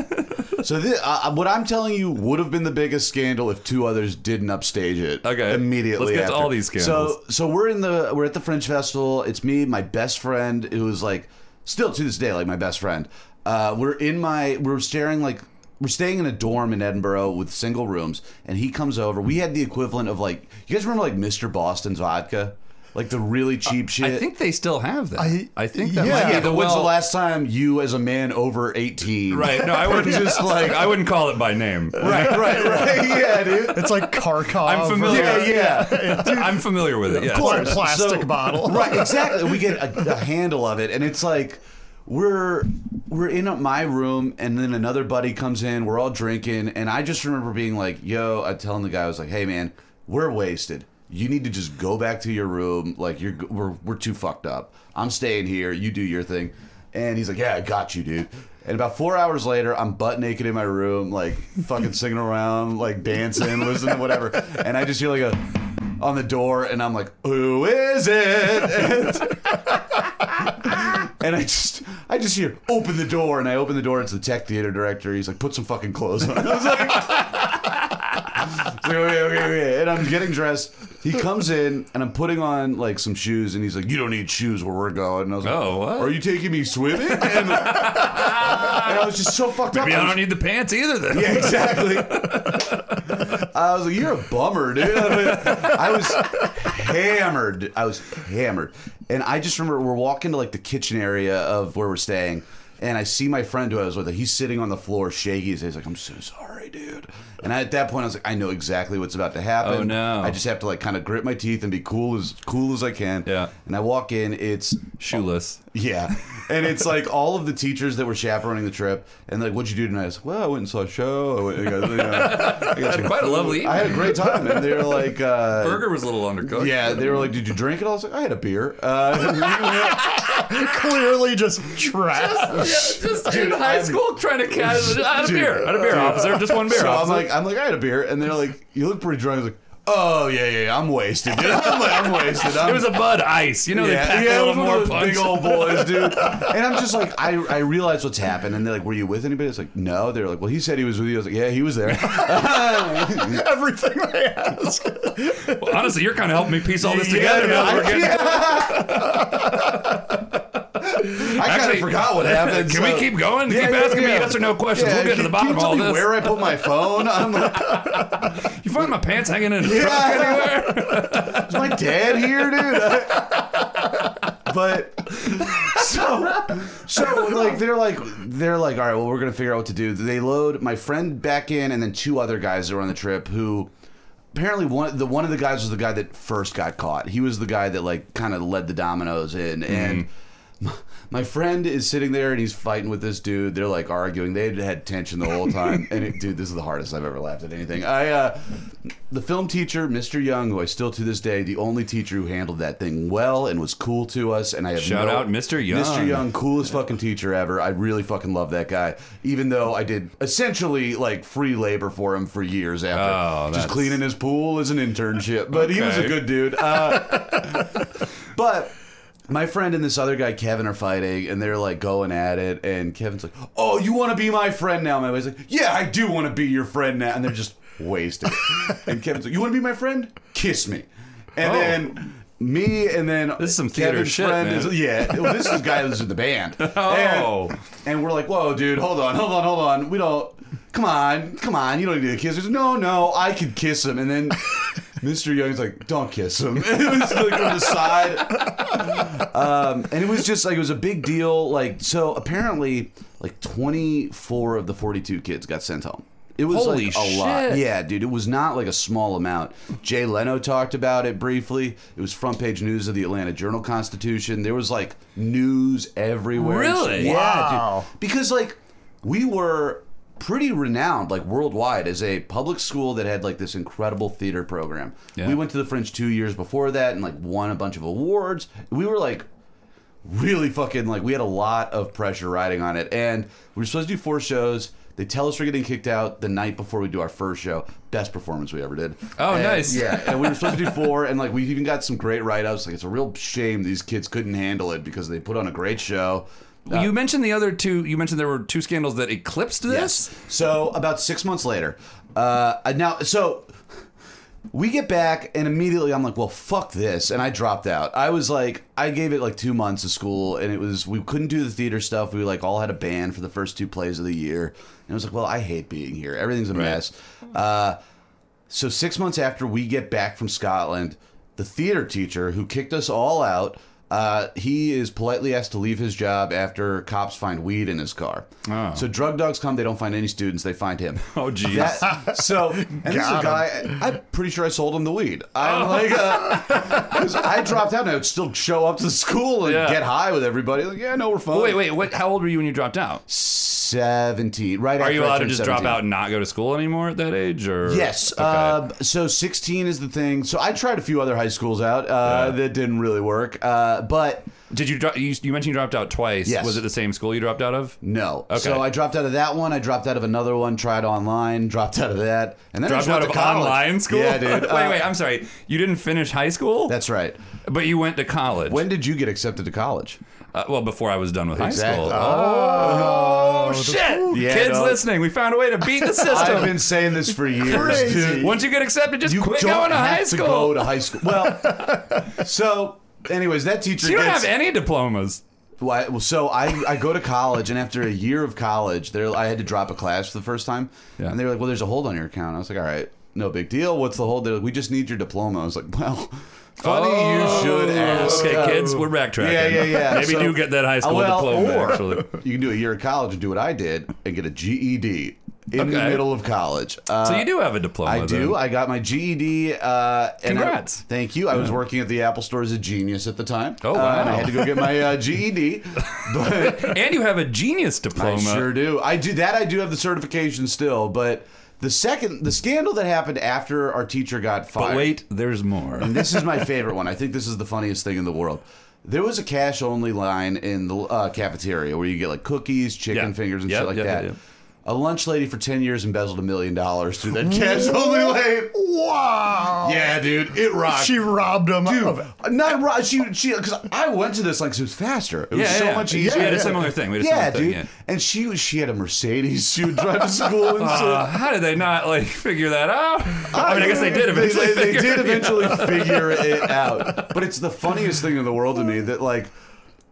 Speaker 3: so this, uh, what I'm telling you would have been the biggest scandal if two others didn't upstage it.
Speaker 1: Okay.
Speaker 3: immediately.
Speaker 1: Let's get to
Speaker 3: after.
Speaker 1: all these scandals.
Speaker 3: So, so we're in the we're at the Fringe Festival. It's me, my best friend, who is like still to this day like my best friend. Uh, we're in my we're staring like we're staying in a dorm in Edinburgh with single rooms, and he comes over. We had the equivalent of like you guys remember like Mr. Boston's vodka. Like the really cheap shit.
Speaker 1: I think they still have that. I,
Speaker 2: I-
Speaker 1: think that
Speaker 2: yeah.
Speaker 1: might be
Speaker 2: Yeah,
Speaker 1: the
Speaker 3: But when's
Speaker 1: well-
Speaker 3: the last time you, as a man over eighteen,
Speaker 1: Right. No, I wouldn't just like I wouldn't call it by name.
Speaker 3: right, right, right. Yeah, dude.
Speaker 2: It's like Karkov.
Speaker 1: I'm familiar.
Speaker 3: Yeah, yeah.
Speaker 1: I'm familiar with it. Yeah.
Speaker 2: Or a plastic
Speaker 3: So-
Speaker 2: bottle.
Speaker 3: Right, exactly. We get a, a handle of it, and it's like we're we're in my room, and then another buddy comes in. We're all drinking, and I just remember being like, "Yo," I telling the guy, I was like, "Hey, man, we're wasted. You need to just go back to your room. Like, you're we're we're too fucked up. I'm staying here. You do your thing." And he's like, "Yeah, I got you, dude." And about four hours later, I'm butt naked in my room, like fucking singing around, like dancing, listening to whatever. And I just hear like a on the door, and I'm like, "Who is it?" And, and I just, I just hear, "Open the door!" And I open the door. It's the tech theater director. He's like, "Put some fucking clothes on." I was like, It's like, okay, okay, okay. And I'm getting dressed. He comes in, and I'm putting on like some shoes, and he's like, "You don't need shoes where we're going." And I was like,
Speaker 1: Oh, what?
Speaker 3: Are you taking me swimming?" And, and I was just so fucked up.
Speaker 1: Maybe
Speaker 3: I
Speaker 1: I
Speaker 3: was
Speaker 1: don't need the pants either then.
Speaker 3: yeah, exactly. I was like, "You're a bummer, dude." I, mean, I was hammered. I was hammered, and I just remember we're walking to like the kitchen area of where we're staying, and I see my friend who I was with. He's sitting on the floor, shaky. He's like, "I'm so sorry, dude." And I, at that point, I was like, "I know exactly what's about to happen.
Speaker 1: Oh, no.
Speaker 3: I just have to like kind of grit my teeth and be cool as cool as I can."
Speaker 1: Yeah.
Speaker 3: And I walk in. It's
Speaker 1: Shoeless.
Speaker 3: yeah. And it's like all of the teachers that were chaperoning the trip, and like, what'd you do tonight? I was like, well, I went and saw a show. I, went, I got, you know, I got some
Speaker 1: Quite a
Speaker 3: food.
Speaker 1: lovely evening.
Speaker 3: I had a great time. And they were like, uh,
Speaker 1: Burger was a little undercooked.
Speaker 3: yeah, they were like, did you drink it? I was like, I had a beer. Uh,
Speaker 2: Clearly just trash.
Speaker 1: Yeah, just in
Speaker 3: Dude,
Speaker 1: high
Speaker 3: I'm-
Speaker 1: school trying to catch I had a
Speaker 3: Dude.
Speaker 1: beer. I had a beer, officer. Just one beer.
Speaker 3: so I'm
Speaker 1: officer.
Speaker 3: like, I'm like, I had a beer. And they're like, you look pretty drunk. I was like, oh, yeah, yeah, yeah, I'm wasted, dude. I'm like, I'm wasted. I'm,
Speaker 1: it was a Bud Ice. You know they pack a little
Speaker 3: um, it was one of
Speaker 1: more
Speaker 3: those
Speaker 1: punch.
Speaker 3: Big old boys, dude. and I'm just like, I, I realize what's happened. And they're like, were you with anybody? It's like, no. They're like, well, he said he was with you. I was like, yeah, he was there.
Speaker 2: Everything they ask.
Speaker 1: Well, honestly, you're kind of helping me piece all this
Speaker 3: Yeah,
Speaker 1: together. now that
Speaker 3: I-
Speaker 1: we're getting-
Speaker 3: I kind
Speaker 1: Actually-
Speaker 3: of forgot what happened.
Speaker 1: Can
Speaker 3: so-
Speaker 1: we keep going?
Speaker 3: Yeah,
Speaker 1: keep
Speaker 3: yeah,
Speaker 1: asking me
Speaker 3: yeah.
Speaker 1: yes or no questions.
Speaker 3: Yeah,
Speaker 1: we'll get
Speaker 3: can-
Speaker 1: to the bottom
Speaker 3: can
Speaker 1: of
Speaker 3: you
Speaker 1: all
Speaker 3: tell
Speaker 1: this.
Speaker 3: me Where I put my phone? I'm like,
Speaker 1: You find my pants hanging in a
Speaker 3: Yeah.
Speaker 1: truck anywhere?
Speaker 3: is my dad here, dude? but so so like they're like they're like all right, well we're gonna figure out what to do. They load my friend back in, and then two other guys that were on the trip who. Apparently, one the one of the guys was the guy that first got caught. He was the guy that like kind of led the dominoes in,
Speaker 1: Mm-hmm.
Speaker 3: and my- my friend is sitting there and he's fighting with this dude. They're like arguing. They had had tension the whole time. And it, dude, this is the hardest I've ever laughed at anything. I, uh, the film teacher, Mr. Young, who I still to this day, the only teacher who handled that thing well and was cool to us. And I have
Speaker 1: Shout
Speaker 3: no-
Speaker 1: out Mr. Young.
Speaker 3: Mr. Young, coolest fucking teacher ever. I really fucking love that guy. Even though I did essentially like free labor for him for years after,
Speaker 1: Oh,
Speaker 3: just
Speaker 1: that's-
Speaker 3: cleaning his pool as an internship. But he was a
Speaker 1: Okay.
Speaker 3: good dude. Uh, but my friend and this other guy, Kevin, are fighting, and they're like going at it. And Kevin's like, "Oh, you want to be my friend now?" My buddy's like, "Yeah, I do want to be your friend now." And they're just wasted. and Kevin's like, "You want to be my friend? Kiss me." And
Speaker 1: Oh.
Speaker 3: then me, and then
Speaker 1: This is some theater shit, man.
Speaker 3: is yeah. Well, this is the guy that was in the band.
Speaker 1: Oh.
Speaker 3: And, and we're like, "Whoa, dude, hold on, hold on, hold on. We don't. Come on, come on. You don't need to kiss." He's like, "No, no, I could kiss him." And then. Mr. Young's like, don't kiss him. it was like from the side um, and it was just like it was a big deal. Like so, apparently, like twenty four of the forty two kids got sent home. It was
Speaker 1: Holy
Speaker 3: like a lot.
Speaker 1: shit.
Speaker 3: Yeah, dude, it was not like a small amount. Jay Leno talked about it briefly. It was front page news of the Atlanta Journal Constitution. There was like news everywhere.
Speaker 1: Really?
Speaker 3: Yeah,
Speaker 2: Wow.
Speaker 3: dude. Because like we were pretty renowned like worldwide as a public school that had like this incredible theater program.
Speaker 1: Yeah.
Speaker 3: We went to the Fringe 2 years before that and like won a bunch of awards. We were like really fucking like we had a lot of pressure riding on it and we were supposed to do four shows They tell us we're getting kicked out the night before we do our first show. Best performance we ever did.
Speaker 1: Oh,
Speaker 3: And-
Speaker 1: nice.
Speaker 3: Yeah, and we were supposed to do four, and like we even got some great write ups. Like it's a real shame these kids couldn't handle it because they put on a great show. Uh,
Speaker 1: you mentioned the other two. You mentioned there were two scandals that eclipsed this.
Speaker 3: So about six months later, uh, I- now so we get back and immediately I'm like, well, fuck this, and I dropped out. I was like, I gave it like two months of school, and it was we couldn't do the theater stuff. We like all had a band for the first two plays of the year, and I was like, well, I hate being here. Everything's a mess. Uh, so six months after we get back from Scotland, the theater teacher who kicked us all out. Uh, he is politely asked to leave his job after cops find weed in his car.
Speaker 1: Oh.
Speaker 3: So drug dogs come, they don't find any students, they find him.
Speaker 1: Oh, geez.
Speaker 3: That- so and this is a
Speaker 2: Got
Speaker 3: guy. I'm pretty sure I sold him the weed.
Speaker 1: Oh.
Speaker 3: I'm like, uh, 'cause I dropped out and I would still show up to school and
Speaker 1: Yeah.
Speaker 3: get high with everybody. Like, yeah, no, we're fine.
Speaker 1: Wait, wait. What? How old were you when you dropped out?
Speaker 3: Seventeen. Right?
Speaker 1: Are
Speaker 3: after
Speaker 1: you
Speaker 3: I
Speaker 1: allowed to
Speaker 3: turned
Speaker 1: just drop
Speaker 3: 17.
Speaker 1: out and not go to school anymore at that age? Or
Speaker 3: Yes.
Speaker 1: Okay.
Speaker 3: Um, so 16 is the thing. So I tried a few other high schools out uh,
Speaker 1: Yeah.
Speaker 3: that didn't really work. Uh, but
Speaker 1: Did you, dro- you? You mentioned you dropped out twice.
Speaker 3: Yes.
Speaker 1: Was it the same school you dropped out of?
Speaker 3: no.
Speaker 1: Okay.
Speaker 3: So I dropped out of that one. I dropped out of another one. Tried online. Dropped out of that. And then I
Speaker 1: Dropped
Speaker 3: just
Speaker 1: out
Speaker 3: went
Speaker 1: of
Speaker 3: to college.
Speaker 1: online school.
Speaker 3: Yeah, dude.
Speaker 1: wait,
Speaker 3: Uh,
Speaker 1: wait. I'm sorry. You didn't finish high school.
Speaker 3: That's right.
Speaker 1: But you went to college.
Speaker 3: When did you get accepted to college?
Speaker 1: Uh, well, before I was done with high
Speaker 3: Exactly.
Speaker 1: school. Oh, shit!
Speaker 3: Yeah,
Speaker 1: Kids
Speaker 3: no.
Speaker 1: listening, we found a way to beat the
Speaker 3: I've
Speaker 1: system.
Speaker 3: been saying this for years,
Speaker 2: Crazy.
Speaker 3: dude.
Speaker 1: Once you get accepted, just
Speaker 3: You
Speaker 1: quit
Speaker 3: don't
Speaker 1: going to
Speaker 3: have
Speaker 1: high
Speaker 3: to
Speaker 1: school.
Speaker 3: go to high school. Well, so anyways, that teacher.
Speaker 1: you don't
Speaker 3: gets,
Speaker 1: have any diplomas.
Speaker 3: Why- well, so I, I go to college, and after a year of college, there I had to drop a class for the first time,
Speaker 1: Yeah.
Speaker 3: and they were like, "Well, there's a hold on your account." I was like, "All right, no big deal. What's the hold?" They're like, "We just need your diploma." I was like, "Well, funny you should ask."
Speaker 1: Oh, Okay,
Speaker 3: Uh,
Speaker 1: kids, we're backtracking.
Speaker 3: Oh, Yeah, yeah, yeah.
Speaker 1: Maybe
Speaker 3: So-
Speaker 1: do get that high school
Speaker 3: well,
Speaker 1: diploma.
Speaker 3: or-
Speaker 1: actually.
Speaker 3: You can do a year of college and do what I did and get a GED in the
Speaker 1: Okay.
Speaker 3: middle of college. Uh,
Speaker 1: So you do have a diploma.
Speaker 3: I do.
Speaker 1: then.
Speaker 3: I got my GED. Uh, and I-
Speaker 1: Congrats.
Speaker 3: thank you. I was working at the Apple Store as a genius at the time.
Speaker 1: Oh,
Speaker 3: Uh,
Speaker 1: wow.
Speaker 3: and I had to go get my uh, GED. But
Speaker 1: And you have a genius
Speaker 3: I
Speaker 1: diploma.
Speaker 3: sure do. I do that. I do have the certification still. But the second, the scandal that happened after our teacher got fired.
Speaker 1: But wait, there's more.
Speaker 3: And this is my favorite one. I think this is the funniest thing in the world. There was a cash only line in the uh, cafeteria where you get like cookies, chicken
Speaker 1: Yeah.
Speaker 3: fingers, and
Speaker 1: Yep,
Speaker 3: shit like
Speaker 1: yep,
Speaker 3: that.
Speaker 1: yep.
Speaker 3: A lunch lady for 10 years embezzled a million dollars through that cash only line.
Speaker 2: Wow.
Speaker 3: Yeah, dude, it rocks.
Speaker 2: She robbed him of it.
Speaker 3: Dude, Oh. not right. She, she, because I went to this like 'cause it was faster. It was
Speaker 1: Yeah,
Speaker 3: so
Speaker 1: yeah.
Speaker 3: much
Speaker 1: Yeah,
Speaker 3: easier.
Speaker 1: we had a similar thing. We had a
Speaker 3: yeah,
Speaker 1: similar thing,
Speaker 3: dude.
Speaker 1: yeah.
Speaker 3: And she, was- she had a Mercedes. She would drive to school and shit.
Speaker 1: Uh, how did they not like figure that out? I mean, I guess they did eventually.
Speaker 3: They, they
Speaker 1: figure
Speaker 3: did
Speaker 1: it out.
Speaker 3: eventually figure it out. But it's the funniest thing in the world to me that like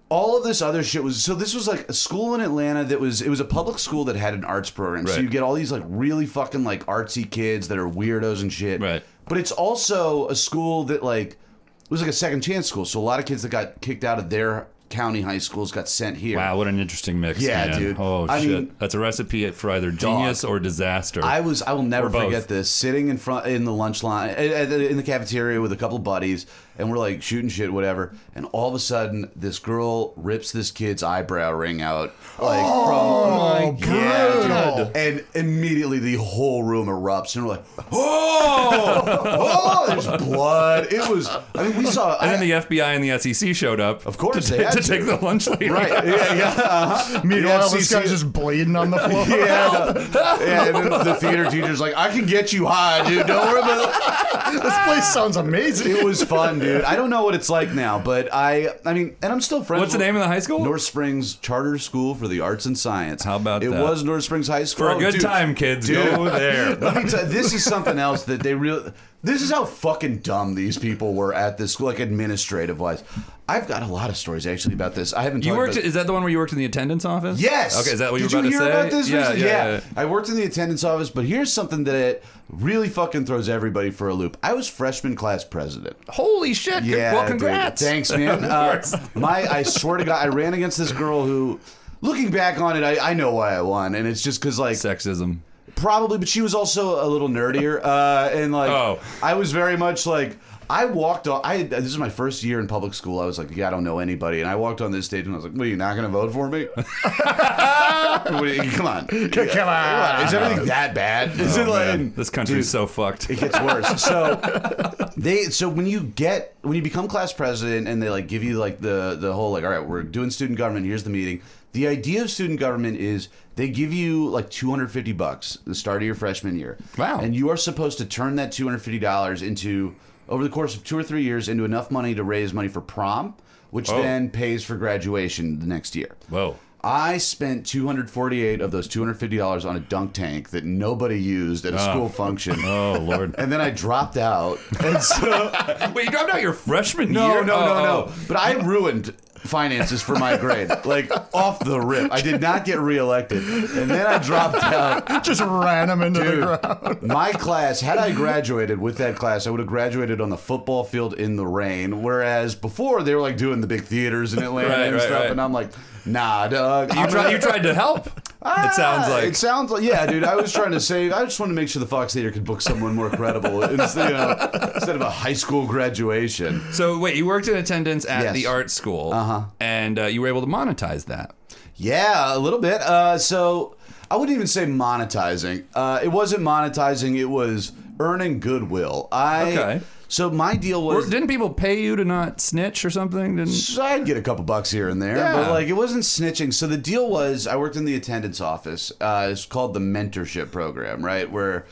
Speaker 3: all of this other shit was so this was like a school in Atlanta that was it was a public school that had an arts program. So
Speaker 1: Right.
Speaker 3: you get all these like really fucking like artsy kids that are weirdos and shit.
Speaker 1: Right.
Speaker 3: But it's also a school that like it was like a second chance school. So a lot of kids that got kicked out of their county high schools got sent here.
Speaker 1: Wow, what an interesting mix.
Speaker 3: Yeah,
Speaker 1: man.
Speaker 3: dude.
Speaker 1: Oh
Speaker 3: I
Speaker 1: shit,
Speaker 3: mean-
Speaker 1: that's a recipe for either genius or disaster.
Speaker 3: I was I will never
Speaker 1: both.
Speaker 3: forget this sitting in front in the lunch line in in the cafeteria with a couple buddies and we're like shooting shit whatever and all of a sudden this girl rips this kid's eyebrow ring out like
Speaker 2: Oh,
Speaker 3: from yeah,
Speaker 2: brutal.
Speaker 3: dude. and immediately the whole room erupts and we're like
Speaker 1: oh!
Speaker 3: oh there's blood it was I mean we saw
Speaker 1: and then
Speaker 3: I-
Speaker 1: the FBI and the SEC showed up.
Speaker 3: Of course
Speaker 1: to,
Speaker 3: they had
Speaker 1: to
Speaker 3: to.
Speaker 1: take the lunch lady.
Speaker 3: right yeah yeah uh-huh.
Speaker 2: Meanwhile,
Speaker 3: The
Speaker 2: this
Speaker 3: FCC
Speaker 2: guy's just bleeding on the floor.
Speaker 3: yeah, no. yeah, and then the theater teacher's like, I can get you high, dude. Don't worry about it.
Speaker 2: This place sounds amazing.
Speaker 3: It was fun, dude. I don't know what it's like now, but I, I mean, and I'm still friends.
Speaker 1: What's the name of the high school?
Speaker 3: North Springs Charter School for the Arts and Science.
Speaker 1: How about
Speaker 3: it
Speaker 1: that?
Speaker 3: was North Springs High School
Speaker 1: For a
Speaker 3: Oh,
Speaker 1: good
Speaker 3: dude.
Speaker 1: time, kids.
Speaker 3: Dude.
Speaker 1: Go there.
Speaker 3: Let me tell this is something else that they really. This is how fucking dumb these people were at this school, like administrative wise. I've got a lot of stories actually about this. I haven't.
Speaker 1: You
Speaker 3: talked
Speaker 1: worked?
Speaker 3: about-
Speaker 1: Is that the one where you worked in the attendance office?
Speaker 3: Yes.
Speaker 1: Okay, is that what you
Speaker 3: Did
Speaker 1: were about
Speaker 3: you
Speaker 1: to
Speaker 3: hear
Speaker 1: say?
Speaker 3: about this?
Speaker 1: yeah,
Speaker 3: recently?
Speaker 1: yeah, yeah.
Speaker 3: I worked in the attendance office, but here's something that it really fucking throws everybody for a loop. I was freshman class president.
Speaker 1: Holy shit! Good-
Speaker 3: Yeah.
Speaker 1: well,
Speaker 3: dude.
Speaker 1: congrats.
Speaker 3: Thanks, man. Uh, my, I swear to God, I ran against this girl who, looking back on it, I, I know why I won, and it's just because like
Speaker 1: Sexism.
Speaker 3: probably, but she was also a little nerdier, uh, and like
Speaker 1: Oh.
Speaker 3: I was very much like. I walked on. I this is my first year in public school. I was like, yeah, I don't know anybody, and I walked on this stage and I was like, what are you not going to vote for me? What do you- come on, come on. Is everything that bad? Is it like
Speaker 1: Oh, this country's so fucked.
Speaker 3: it gets worse. So they so when you get when you become class president and they like give you like the the whole like all right we're doing student government here's the meeting. The idea of student government is they give you like 250 bucks the start of your freshman year.
Speaker 1: Wow.
Speaker 3: And you are supposed to turn that 250 dollars into over the course of two or three years into enough money to raise money for prom, which
Speaker 1: Oh.
Speaker 3: then pays for graduation the next year.
Speaker 1: Whoa.
Speaker 3: I spent 248 of those 250 dollars on a dunk tank that nobody used at a school function.
Speaker 1: Oh Lord.
Speaker 3: And then I dropped out. And so
Speaker 1: Wait, you dropped out your freshman
Speaker 3: no, no,
Speaker 1: year?
Speaker 3: no,
Speaker 1: Oh,
Speaker 3: no.
Speaker 1: oh.
Speaker 3: But I ruined finances for my grade, like off the rip. I did not get reelected, and then I dropped out.
Speaker 2: Just ran him into the ground.
Speaker 3: Dude, my class. Had I graduated with that class, I would have graduated on the football field in the rain. Whereas before, they were like doing the big theaters in Atlanta
Speaker 1: Right,
Speaker 3: and
Speaker 1: right,
Speaker 3: stuff,
Speaker 1: right.
Speaker 3: and I'm like, nah, dog.
Speaker 1: You tried. You tried to help. it sounds
Speaker 3: Ah,
Speaker 1: like.
Speaker 3: It sounds like yeah, dude. I was trying to save. I just wanted to make sure the Fox Theater could book someone more credible instead, you know, instead of a high school graduation.
Speaker 1: so wait, you worked in attendance at
Speaker 3: Yes.
Speaker 1: the art school, uh-huh. and uh, you were able to monetize that.
Speaker 3: Yeah, a little bit. Uh, so I wouldn't even say monetizing. Uh, it wasn't monetizing. It was earning goodwill. I
Speaker 1: Okay.
Speaker 3: so my deal
Speaker 1: Or
Speaker 3: was.
Speaker 1: didn't people pay you to not snitch or something? Didn't.
Speaker 3: So I'd get a couple bucks here and there,
Speaker 1: Yeah.
Speaker 3: but like it wasn't snitching. So the deal was, I worked in the attendance office. Uh, it's called the mentorship program, right? Where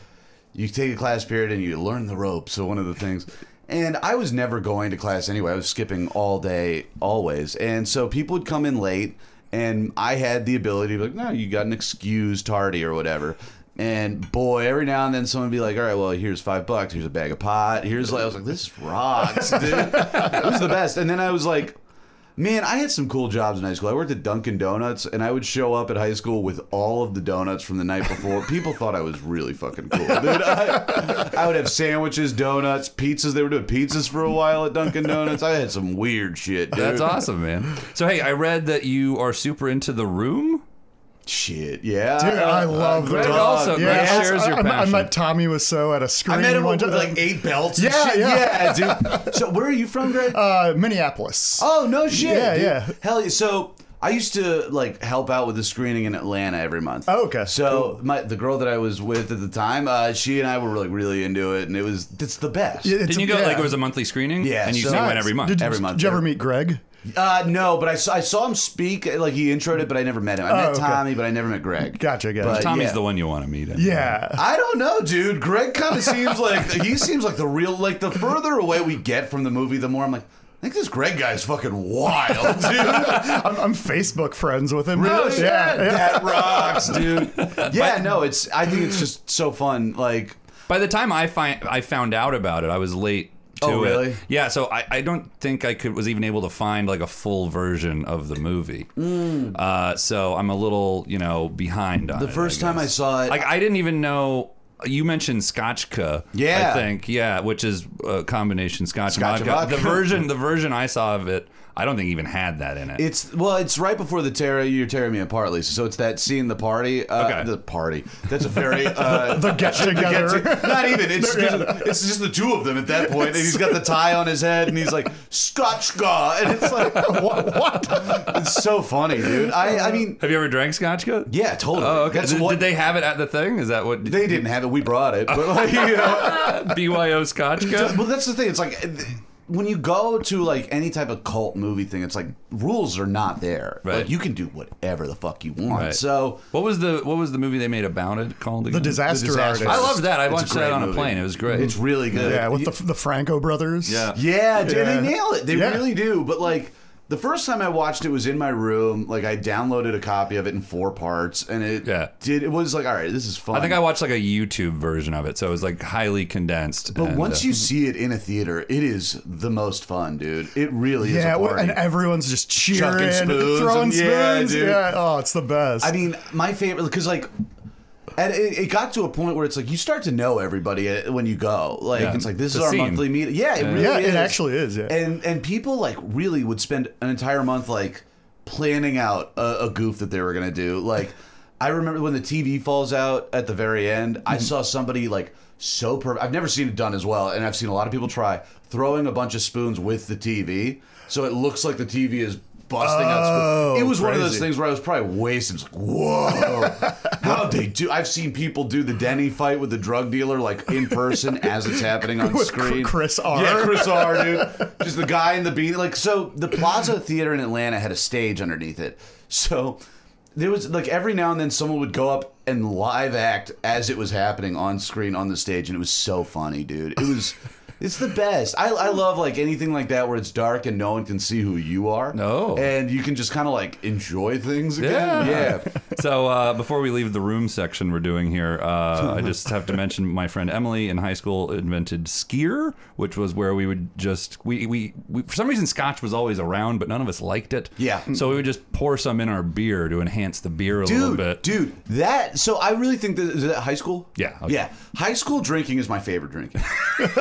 Speaker 3: you take a class period and you learn the ropes. So one of the things, and I was never going to class anyway. I was skipping all day, always. And so people would come in late, and I had the ability to be like, no, you got an excuse, tardy or whatever. And boy, every now and then someone would be like, all right, well, here's five bucks. Here's a bag of pot. Here's like, I was like, this rocks, dude. it was the best. And then I was like, Man, I had some cool jobs in high school. I worked at Dunkin' Donuts, and I would show up at high school with all of the donuts from the night before. People thought I was really fucking cool. Dude, I, I would have sandwiches, donuts, pizzas. They were doing pizzas for a while at Dunkin' Donuts. I had some weird shit, dude.
Speaker 1: That's awesome, man. So hey, I read that you are super into the room.
Speaker 3: Shit, yeah. Uh,
Speaker 2: Dude, I love the
Speaker 1: Greg
Speaker 2: dog.
Speaker 1: also- Greg shares
Speaker 2: I,
Speaker 1: your
Speaker 2: I- I
Speaker 1: passion.
Speaker 2: met Tommy Wiseau at a
Speaker 3: I
Speaker 2: screen.
Speaker 3: met him
Speaker 2: one time.
Speaker 3: with like eight belts. and
Speaker 2: Yeah,
Speaker 3: shit.
Speaker 2: yeah.
Speaker 3: dude. So, where are you from, Greg?
Speaker 2: uh, Minneapolis.
Speaker 3: Oh no shit.
Speaker 2: Yeah,
Speaker 3: dude.
Speaker 2: yeah.
Speaker 3: Hell yeah. So I used to like help out with the screening in Atlanta every month.
Speaker 2: Oh, okay.
Speaker 3: So my the girl that I was with at the time, uh, she and I were like really into it, and it was it's the best.
Speaker 2: Yeah, it's
Speaker 1: Didn't
Speaker 2: a-
Speaker 1: you go
Speaker 2: yeah.
Speaker 1: like it was a monthly screening?
Speaker 3: Yeah,
Speaker 1: and you
Speaker 3: so-
Speaker 1: so
Speaker 2: Nice.
Speaker 1: went every month.
Speaker 2: Did,
Speaker 3: Every month,
Speaker 2: Did you ever
Speaker 3: yeah.
Speaker 2: meet Greg?
Speaker 3: Uh, no, but I saw, I saw him speak. Like he introed it, but I never met him. I met
Speaker 2: Oh, okay.
Speaker 3: Tommy, but I never met Greg.
Speaker 2: Gotcha, gotcha.
Speaker 3: But,
Speaker 1: Tommy's
Speaker 3: yeah.
Speaker 1: the one you want to meet. Anyway.
Speaker 2: Yeah.
Speaker 3: I don't know, dude. Greg kind of seems like he seems like the real. Like the further away we get from the movie, the more I'm like, I think this Greg guy's fucking wild, dude.
Speaker 2: I'm, I'm Facebook friends with him.
Speaker 3: Oh, shit.
Speaker 2: yeah. yeah.
Speaker 3: That rocks, dude. Yeah, no, it's. I think it's just so fun. Like,
Speaker 1: By the time I find I found out about it, I was late. To
Speaker 3: Oh, really?
Speaker 1: It. Yeah. So I, I don't think I could was even able to find like a full version of the movie. Uh, so I'm a little you know behind on
Speaker 3: Hmm. the first time I saw it,
Speaker 1: Like I didn't even know. You mentioned Scotchka,
Speaker 3: Yeah.
Speaker 1: I think, yeah, which is a combination Scotch,
Speaker 3: Scotch
Speaker 1: vodka.
Speaker 3: vodka.
Speaker 1: The version, the version I saw of it, I don't think even had that in it.
Speaker 3: it's well, it's right before the Terra. You're tearing me apart, Lisa. So it's that scene, the party, uh,
Speaker 1: Okay.
Speaker 3: the party. That's a very uh,
Speaker 2: The get together.
Speaker 3: Gets it. Not even. It's just, it's just the two of them at that point, and he's got the tie on his head, and he's like Scotchka, and it's like what? It's so funny, dude. I I mean,
Speaker 1: Have you ever drank Scotchka?
Speaker 3: yeah, totally.
Speaker 1: Oh, okay.
Speaker 3: That's
Speaker 1: Did,
Speaker 3: what
Speaker 1: did they have it at the thing? Is that what
Speaker 3: they didn't have it. We brought it, but like, you know.
Speaker 1: BYO Scotchka?
Speaker 3: Well, that's the thing. It's like eh, when you go to like any type of cult movie thing, it's like rules are not there.
Speaker 1: Right.
Speaker 3: Like you can do whatever the fuck you want.
Speaker 1: Right.
Speaker 3: So
Speaker 1: What was the What was the movie they made about it called?
Speaker 2: The
Speaker 1: again?
Speaker 2: disaster,
Speaker 3: Disaster
Speaker 1: I
Speaker 2: artist.
Speaker 1: loved that. I
Speaker 3: It's a
Speaker 1: watched
Speaker 3: great
Speaker 1: that on a
Speaker 3: movie.
Speaker 1: plane. It was great.
Speaker 3: it's really good.
Speaker 2: Yeah, with the, the Franco brothers.
Speaker 1: Yeah.
Speaker 3: Yeah, dude,
Speaker 2: Yeah.
Speaker 3: they nail it. They
Speaker 2: Yeah.
Speaker 3: really do. But like the first time I watched it was in my room. Like I downloaded a copy of it in four parts, and it
Speaker 1: Yeah.
Speaker 3: did. It was like, all right, this is fun.
Speaker 1: I think I watched like a YouTube version of it, so it was like highly condensed.
Speaker 3: But
Speaker 1: and,
Speaker 3: once
Speaker 1: uh,
Speaker 3: you see it in a theater, it is the most fun, dude. It really is.
Speaker 2: Yeah,
Speaker 3: a
Speaker 2: well,
Speaker 3: party.
Speaker 2: and everyone's just cheering,
Speaker 3: Chucking spoons
Speaker 2: throwing
Speaker 3: and- yeah,
Speaker 2: spoons.
Speaker 3: dude.
Speaker 2: Yeah, oh, it's the best.
Speaker 3: I mean, my favorite because like, and it, it got to a point where it's like you start to know everybody uh, when you go. Like
Speaker 1: Yeah.
Speaker 3: it's like this
Speaker 1: The
Speaker 3: is our
Speaker 1: scene.
Speaker 3: monthly meeting. Yeah, it really
Speaker 2: yeah,
Speaker 3: is.
Speaker 2: it actually is. Yeah,
Speaker 3: And and people like really would spend an entire month like planning out a, a goof that they were gonna do. Like I remember when the TV falls out at the very end.
Speaker 2: Mm-hmm.
Speaker 3: I saw somebody like so perfect. I've never seen it done as well, and I've seen a lot of people try throwing a bunch of spoons with the TV, so it looks like the TV is busting out.
Speaker 2: Oh,
Speaker 3: Spoons. It was one of those
Speaker 2: crazy.
Speaker 3: things where I was probably wasted. It's like, whoa, how they do? I've seen people do the Denny fight with the drug dealer like in person as it's happening on
Speaker 2: With
Speaker 3: screen.
Speaker 2: Chris R.
Speaker 3: yeah, Chris R, dude. Just the guy in the beat. Like, so the Plaza Theater in Atlanta had a stage underneath it. So there was, like, every now and then someone would go up and live act as it was happening on screen on the stage. And it was so funny, dude. It was. It's the best. I, I love like anything like that where it's dark and no one can see who you are.
Speaker 1: Oh.
Speaker 3: and you can just kind of like enjoy things again.
Speaker 1: Yeah. so uh, before we leave the room section we're doing here, uh, I just have to mention my friend Emily in high school invented skier, which was where we would just we, we we for some reason scotch was always around, but none of us liked it.
Speaker 3: Yeah.
Speaker 1: So we would just pour some in our beer to enhance the beer a little
Speaker 3: dude,
Speaker 1: bit.
Speaker 3: dude, that. So I really think that is that high school.
Speaker 1: Yeah, okay.
Speaker 3: yeah. High school drinking is my favorite drinking.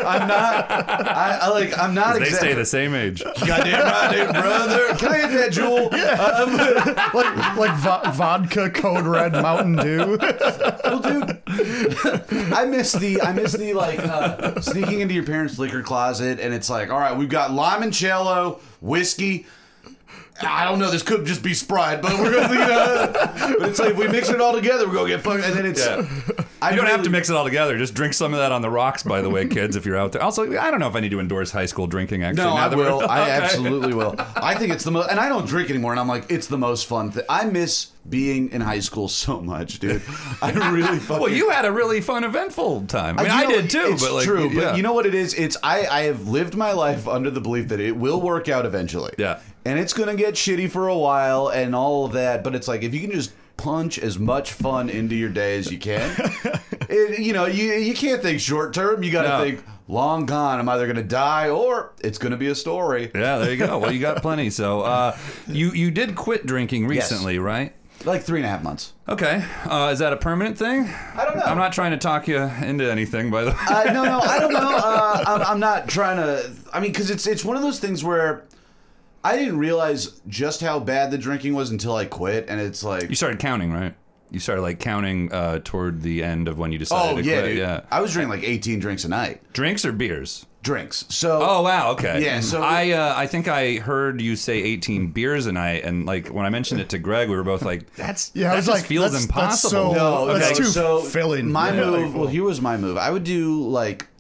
Speaker 3: I'm not. I, I like. I'm not.
Speaker 1: they
Speaker 3: exact-
Speaker 1: stay the same age.
Speaker 3: Goddamn right, dude, brother. Can I get that jewel? Um,
Speaker 2: like like vo- vodka, Code Red, Mountain Dew.
Speaker 3: well, dude, I miss the. I miss the like uh, sneaking into your parents' liquor closet, and it's like, all right, we've got limoncello, whiskey. I don't know. This could just be Sprite, but we're gonna. You know, but it's like if we mix it all together, we're gonna get fucked. And then it's. I
Speaker 1: You don't have
Speaker 3: really-
Speaker 1: to mix it all together. Just drink some of that on the rocks, by the way, kids, if you're out there. Also, I don't know if I need to endorse high school drinking, actually.
Speaker 3: No,
Speaker 1: now
Speaker 3: I
Speaker 1: that we're-
Speaker 3: will. I
Speaker 1: Okay.
Speaker 3: absolutely will. I think it's the most, and I don't drink anymore. And I'm like, it's the most fun thing. I miss being in high school so much, dude. I really fucking.
Speaker 1: Well, you had a really fun, eventful time. I mean, I,
Speaker 3: you know,
Speaker 1: did too,
Speaker 3: It's
Speaker 1: but like,
Speaker 3: true.
Speaker 1: yeah.
Speaker 3: But you know what it is? It's I. I have lived my life under the belief that it will work out eventually.
Speaker 1: Yeah.
Speaker 3: And it's gonna get shitty for a while and all of that. But it's like if you can just punch as much fun into your day as you can, it, you know, you you can't think short term. You got to
Speaker 1: No.
Speaker 3: think long gone. I'm either gonna die or it's gonna be a story.
Speaker 1: Yeah, there you go. Well, you got plenty. So, uh, you you did quit drinking recently, right?
Speaker 3: Like three and a half months.
Speaker 1: Okay. Uh, is that a permanent thing? I
Speaker 3: don't know.
Speaker 1: I'm not trying to talk you into anything, by the way.
Speaker 3: Uh, no, no, I don't know. Uh, I'm, I'm not trying to. I mean, because it's it's one of those things where I didn't realize just how bad the drinking was until I quit, and it's like,
Speaker 1: you started counting, right? You started like counting uh, toward the end of when you decided
Speaker 3: oh
Speaker 1: to
Speaker 3: yeah,
Speaker 1: quit.
Speaker 3: dude.
Speaker 1: Yeah.
Speaker 3: I was drinking like 18 drinks a night,
Speaker 1: Drinks or beers?
Speaker 3: drinks. So
Speaker 1: Oh wow, okay.
Speaker 3: Yeah, so-
Speaker 1: I uh, I think I heard you say 18 beers a night, and like when I mentioned it to Greg, we were both like, "That's
Speaker 2: Yeah,
Speaker 1: that
Speaker 2: I was
Speaker 1: just
Speaker 2: like,
Speaker 1: feels
Speaker 2: that's- that's so-
Speaker 1: impossible."
Speaker 3: no,
Speaker 2: Oh, that's
Speaker 3: no,
Speaker 2: too
Speaker 3: so
Speaker 2: filling.
Speaker 3: My
Speaker 2: Yeah.
Speaker 3: move. Well, here was my move. I would do like.